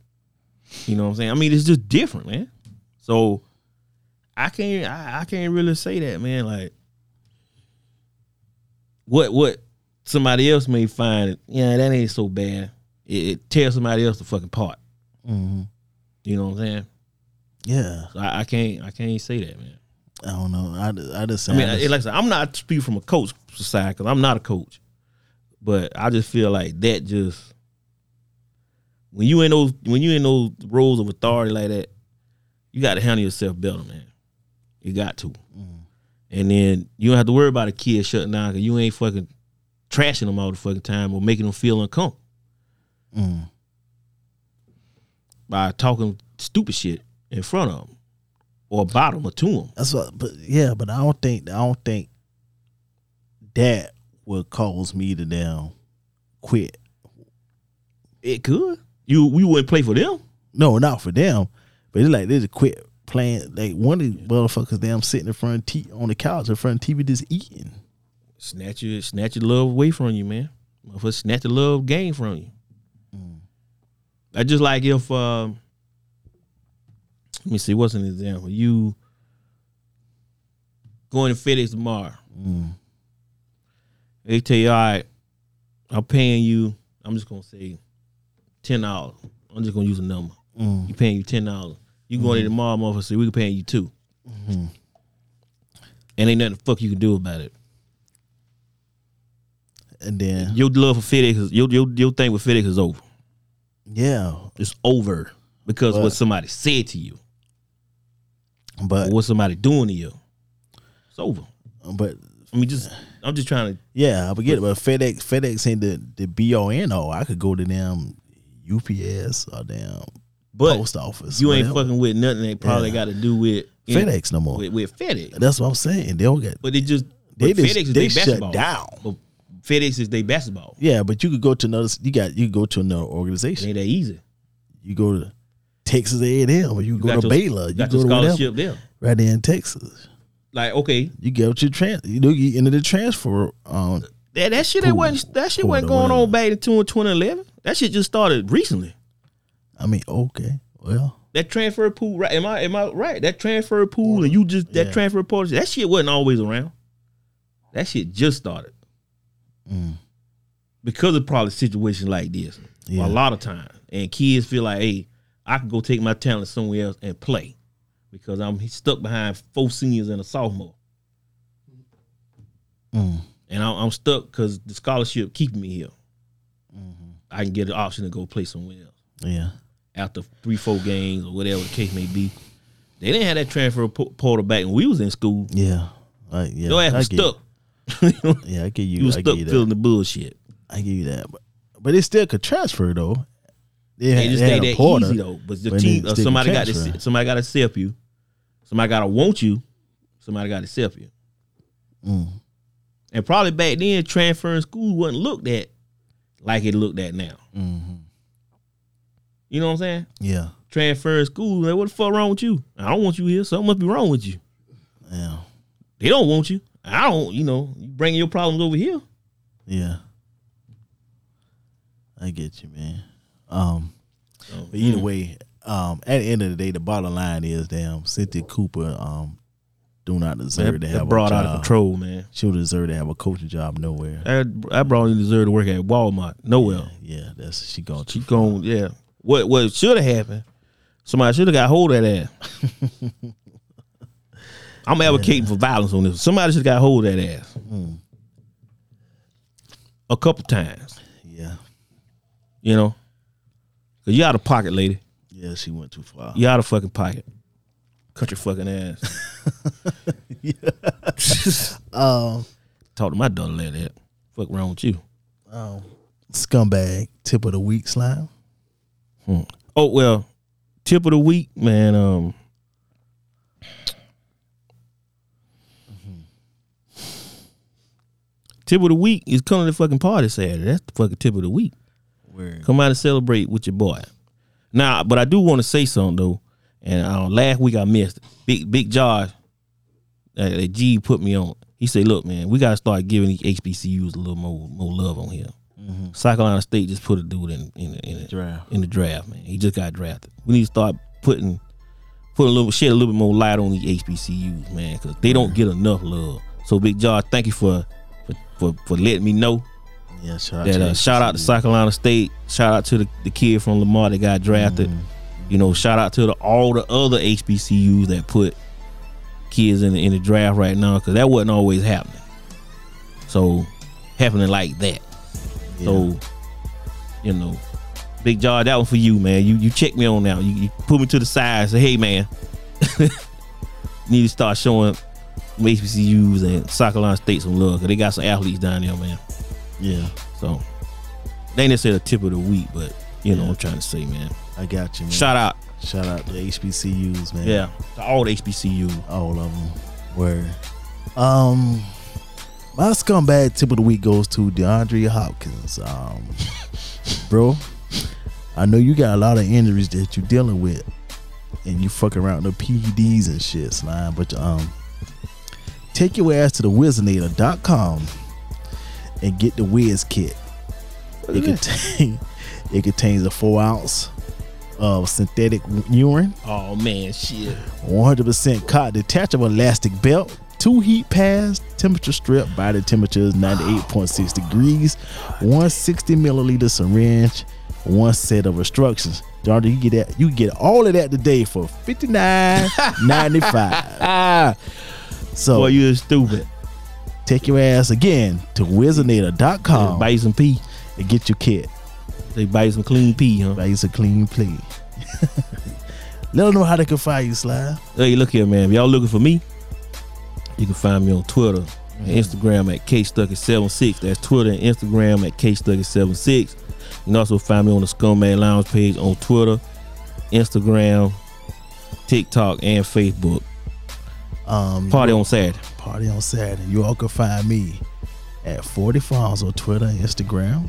Speaker 3: You know what I'm saying? I mean, it's just different, man. So I can't I, I can't really say that, man. Like what what somebody else may find, yeah, that ain't so bad. It, it tears somebody else the fucking part. You know what I'm saying?
Speaker 1: Yeah,
Speaker 3: So I, I can't I can't say that, man.
Speaker 1: I don't know. I, I just
Speaker 3: I mean,
Speaker 1: I
Speaker 3: I- like I said, I'm not speaking from a coach side because I'm not a coach, but I just feel like that just when you in those when you in those roles of authority like that, you got to handle yourself better, man. You got to, and then you don't have to worry about a kid shutting down because you ain't fucking trashing them all the fucking time or making them feel uncomfortable by talking stupid shit in front of them or about them or to them.
Speaker 1: That's what, but yeah, but I don't think I don't think that would cause me to down quit.
Speaker 3: It could. You we wouldn't play for them.
Speaker 1: No, not for them, but it's like they just quit playing. Like one of these motherfuckers, damn, sitting in front of t- on the couch in front of TV, just eating.
Speaker 3: snatch your snatch your love away from you, man. Motherfucker, snatch the love game from you. I just like if um, let me see, what's an example? You going to FedEx tomorrow. They tell you, all right, I'm paying you. I'm just gonna say ten dollars. I'm just gonna use a number. You paying you ten dollars. You going there tomorrow, motherfucker? So we can paying you 2 And ain't nothing the fuck you can do about it.
Speaker 1: And then
Speaker 3: Your love for FedEx, is, your, your your thing with FedEx is over.
Speaker 1: yeah,
Speaker 3: It's over because
Speaker 1: But-
Speaker 3: what somebody said to you,
Speaker 1: but
Speaker 3: or what somebody doing to you, it's over.
Speaker 1: but
Speaker 3: I mean, just I'm just trying to.
Speaker 1: yeah, I forget. But FedEx FedEx ain't the the be all end all. I could go to them UPS or damn
Speaker 3: But
Speaker 1: post office.
Speaker 3: you ain't
Speaker 1: whatever.
Speaker 3: fucking with nothing. They probably
Speaker 1: Yeah.
Speaker 3: got to do with
Speaker 1: FedEx no more.
Speaker 3: With, with FedEx,
Speaker 1: That's what I'm saying. They don't get
Speaker 3: but they just
Speaker 1: They
Speaker 3: but
Speaker 1: just-
Speaker 3: FedEx is
Speaker 1: they
Speaker 3: they
Speaker 1: shut
Speaker 3: basketball.
Speaker 1: down.
Speaker 3: But FedEx is they basketball.
Speaker 1: Yeah, but you could go to another. You got you could go to another
Speaker 3: It
Speaker 1: organization.
Speaker 3: ain't that easy.
Speaker 1: You go to Texas A and M, or you,
Speaker 3: got
Speaker 1: go to
Speaker 3: your-
Speaker 1: Baylor. You
Speaker 3: got
Speaker 1: go
Speaker 3: your
Speaker 1: to
Speaker 3: scholarship
Speaker 1: whatever.
Speaker 3: there.
Speaker 1: Right there in Texas,
Speaker 3: Like okay,
Speaker 1: you get out your trans. You know, you into the transfer. Um,
Speaker 3: that, that shit that
Speaker 1: Cool.
Speaker 3: wasn't that shit
Speaker 1: Cool,
Speaker 3: wasn't
Speaker 1: though,
Speaker 3: going
Speaker 1: whatever.
Speaker 3: on back in 2011. That shit just started recently.
Speaker 1: I mean, okay, well,
Speaker 3: that transfer pool, right? Am I am I right? That transfer pool and you just that
Speaker 1: Yeah.
Speaker 3: transfer portal, that shit wasn't always around. That shit just started
Speaker 1: Mm.
Speaker 3: because of probably situations like this.
Speaker 1: Yeah.
Speaker 3: A lot of times, and kids feel like, hey, I can go take my talent somewhere else and play because I'm stuck behind four seniors and a sophomore,
Speaker 1: Mm.
Speaker 3: and I'm, I'm stuck because the scholarship keeping me here.
Speaker 1: Mm-hmm.
Speaker 3: I can get an option to go play somewhere else
Speaker 1: yeah,
Speaker 3: after three, four games or whatever the case may be. They didn't have that transfer po- portal back when we was in school.
Speaker 1: yeah, like yeah.
Speaker 3: Your ass
Speaker 1: I
Speaker 3: was
Speaker 1: get-
Speaker 3: stuck.
Speaker 1: Yeah, I get you.
Speaker 3: you was
Speaker 1: I
Speaker 3: stuck
Speaker 1: get you that.
Speaker 3: feeling the bullshit.
Speaker 1: I give you that, but but it still could transfer though. They
Speaker 3: They
Speaker 1: had,
Speaker 3: just
Speaker 1: they
Speaker 3: ain't
Speaker 1: had a
Speaker 3: that
Speaker 1: porter.
Speaker 3: easy though. But the
Speaker 1: but
Speaker 3: team,
Speaker 1: they
Speaker 3: uh,
Speaker 1: still
Speaker 3: somebody got to,
Speaker 1: transfer.
Speaker 3: se- somebody got to accept you. Somebody got to want you. Somebody got to accept you.
Speaker 1: Mm.
Speaker 3: And probably back then, transferring school wasn't looked at like it looked at now.
Speaker 1: Mm-hmm.
Speaker 3: You know what I'm saying?
Speaker 1: Yeah,
Speaker 3: Transferring school, like, what the fuck wrong with you? I don't want you here. Something must be wrong with you.
Speaker 1: yeah,
Speaker 3: They don't want you. I don't, you know, you bringing your problems over here.
Speaker 1: yeah. I get you, man. Um, But
Speaker 3: Mm.
Speaker 1: either way, um, at the end of the day, the bottom line is damn Cynthia Cooper um, do not deserve
Speaker 3: that,
Speaker 1: to
Speaker 3: that
Speaker 1: have
Speaker 3: brought
Speaker 1: a
Speaker 3: out
Speaker 1: job.
Speaker 3: of control, man.
Speaker 1: She don't deserve to have a coaching job nowhere.
Speaker 3: That, that brought you deserve to work at Walmart. Nowhere.
Speaker 1: Yeah, that's she gone
Speaker 3: She
Speaker 1: too.
Speaker 3: gone, yeah. What what should have happened? Somebody should have got hold of that ass. I'm advocating for violence on this. Somebody should have got hold of that ass.
Speaker 1: Mm.
Speaker 3: A couple times,
Speaker 1: Yeah,
Speaker 3: you know. Cause you out of pocket, lady.
Speaker 1: yeah, she went too far.
Speaker 3: You out of fucking pocket. Cut your fucking ass. Talk to my daughter like that. Fuck wrong with you?
Speaker 1: Oh, Scumbag tip of the week slime.
Speaker 3: Oh well, tip of the week, man. Um, tip of the week is coming to the fucking party Saturday. That's the fucking tip of the week.
Speaker 8: Word.
Speaker 3: Come out and celebrate with your boy. Now, but I do want to say something though, and uh, last week I missed it. Big Big Josh, uh, that G put me on. He said, "Look, man, we gotta start giving these HBCUs a little more more love on here." South Carolina State just put a dude in in, in, the,
Speaker 8: Draft.
Speaker 3: in the draft. Man, he just got drafted. We need to start putting put a little shed a little bit more light on these HBCUs, man, because they don't get enough love. So, Big Josh, thank you for for for, for letting me know
Speaker 8: Yeah, shout out
Speaker 3: that
Speaker 8: to
Speaker 3: uh, shout out to South Carolina State. Shout out to the, the kid from Lamar that got drafted.
Speaker 8: Mm.
Speaker 3: You know, shout out to the, all the other HBCUs that put kids in the, in the draft right now because that wasn't always happening. So happening like that. So you know, Big Jar, that one for you, man. You you check me on now. You, you put me to the side. and Say, hey, man, need to start showing HBCUs and South Carolina State some love because they got some athletes down there, man.
Speaker 8: Yeah,
Speaker 3: So they ain't necessarily the tip of the week, but you know what I'm trying to say, man.
Speaker 8: I got you, man.
Speaker 3: Shout out,
Speaker 8: Shout out to HBCUs, man.
Speaker 3: yeah, to all the HBCU.
Speaker 8: All of them. Word.
Speaker 1: Um, my scumbag tip of the week goes to DeAndre Hopkins. Um, bro, I know you got a lot of injuries that you're dealing with, and you fucking around with the PEDs and shit, slime. But um, take your ass to the Wizinator.com and get the Wiz kit. It contain, it contains a four ounce of synthetic urine.
Speaker 3: Oh man, shit.
Speaker 1: 100% cotton detachable elastic belt, two heat pads, temperature strip, body temperature is 98.6 degrees, 160 milliliter syringe, one set of instructions. Daughter, you get that, you get all of that today for 59.95. so
Speaker 3: Boy, you is stupid.
Speaker 1: take your ass again to wizinator.com
Speaker 3: Buy you some pee.
Speaker 1: and get your kit.
Speaker 3: They buy you some clean pee, huh?
Speaker 1: Like it's a clean play. Let them know how they can find you, Slide.
Speaker 3: Hey, look here, man. If y'all looking for me, you can find me on Twitter and
Speaker 1: Mm.
Speaker 3: Instagram at KStucky76. That's Twitter and Instagram at KStucky76. You can also find me on the Scumbag Lounge page on Twitter, Instagram, TikTok, and Facebook.
Speaker 1: Um,
Speaker 3: Party on Saturday.
Speaker 1: Party on Saturday. You all can find me at 40 Farms on Twitter and Instagram.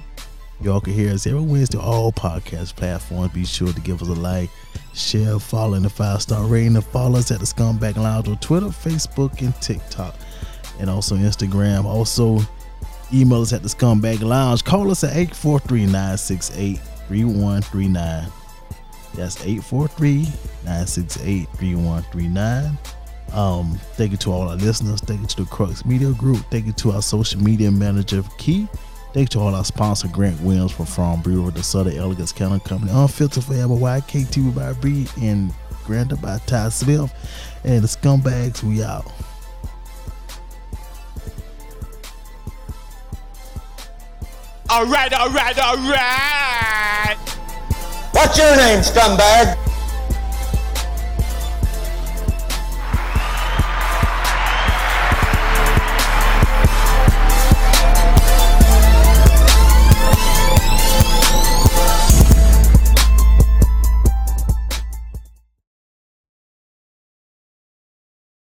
Speaker 1: You all can hear us every Wednesday on all podcast platforms. Be sure to give us a like, share, follow, and a five star rating. And follow us at the Scumbag Lounge on Twitter, Facebook, and TikTok, and also Instagram. Also, email us at the Scumbag Lounge. Call us at 843 968 3139. That's 843 968 3139. Um, thank you to all our listeners. Thank you to the Crux Media Group. Thank you to our social media manager, Key. Thank you to all our sponsor, Grant Williams from From Brewer, the Southern Elegance County Company, Unfiltered Forever, YKT by Breed, and Grander by Ty Smith. And the Scumbags, we out.
Speaker 6: All right, all right, all right.
Speaker 2: What's your name, scumbag?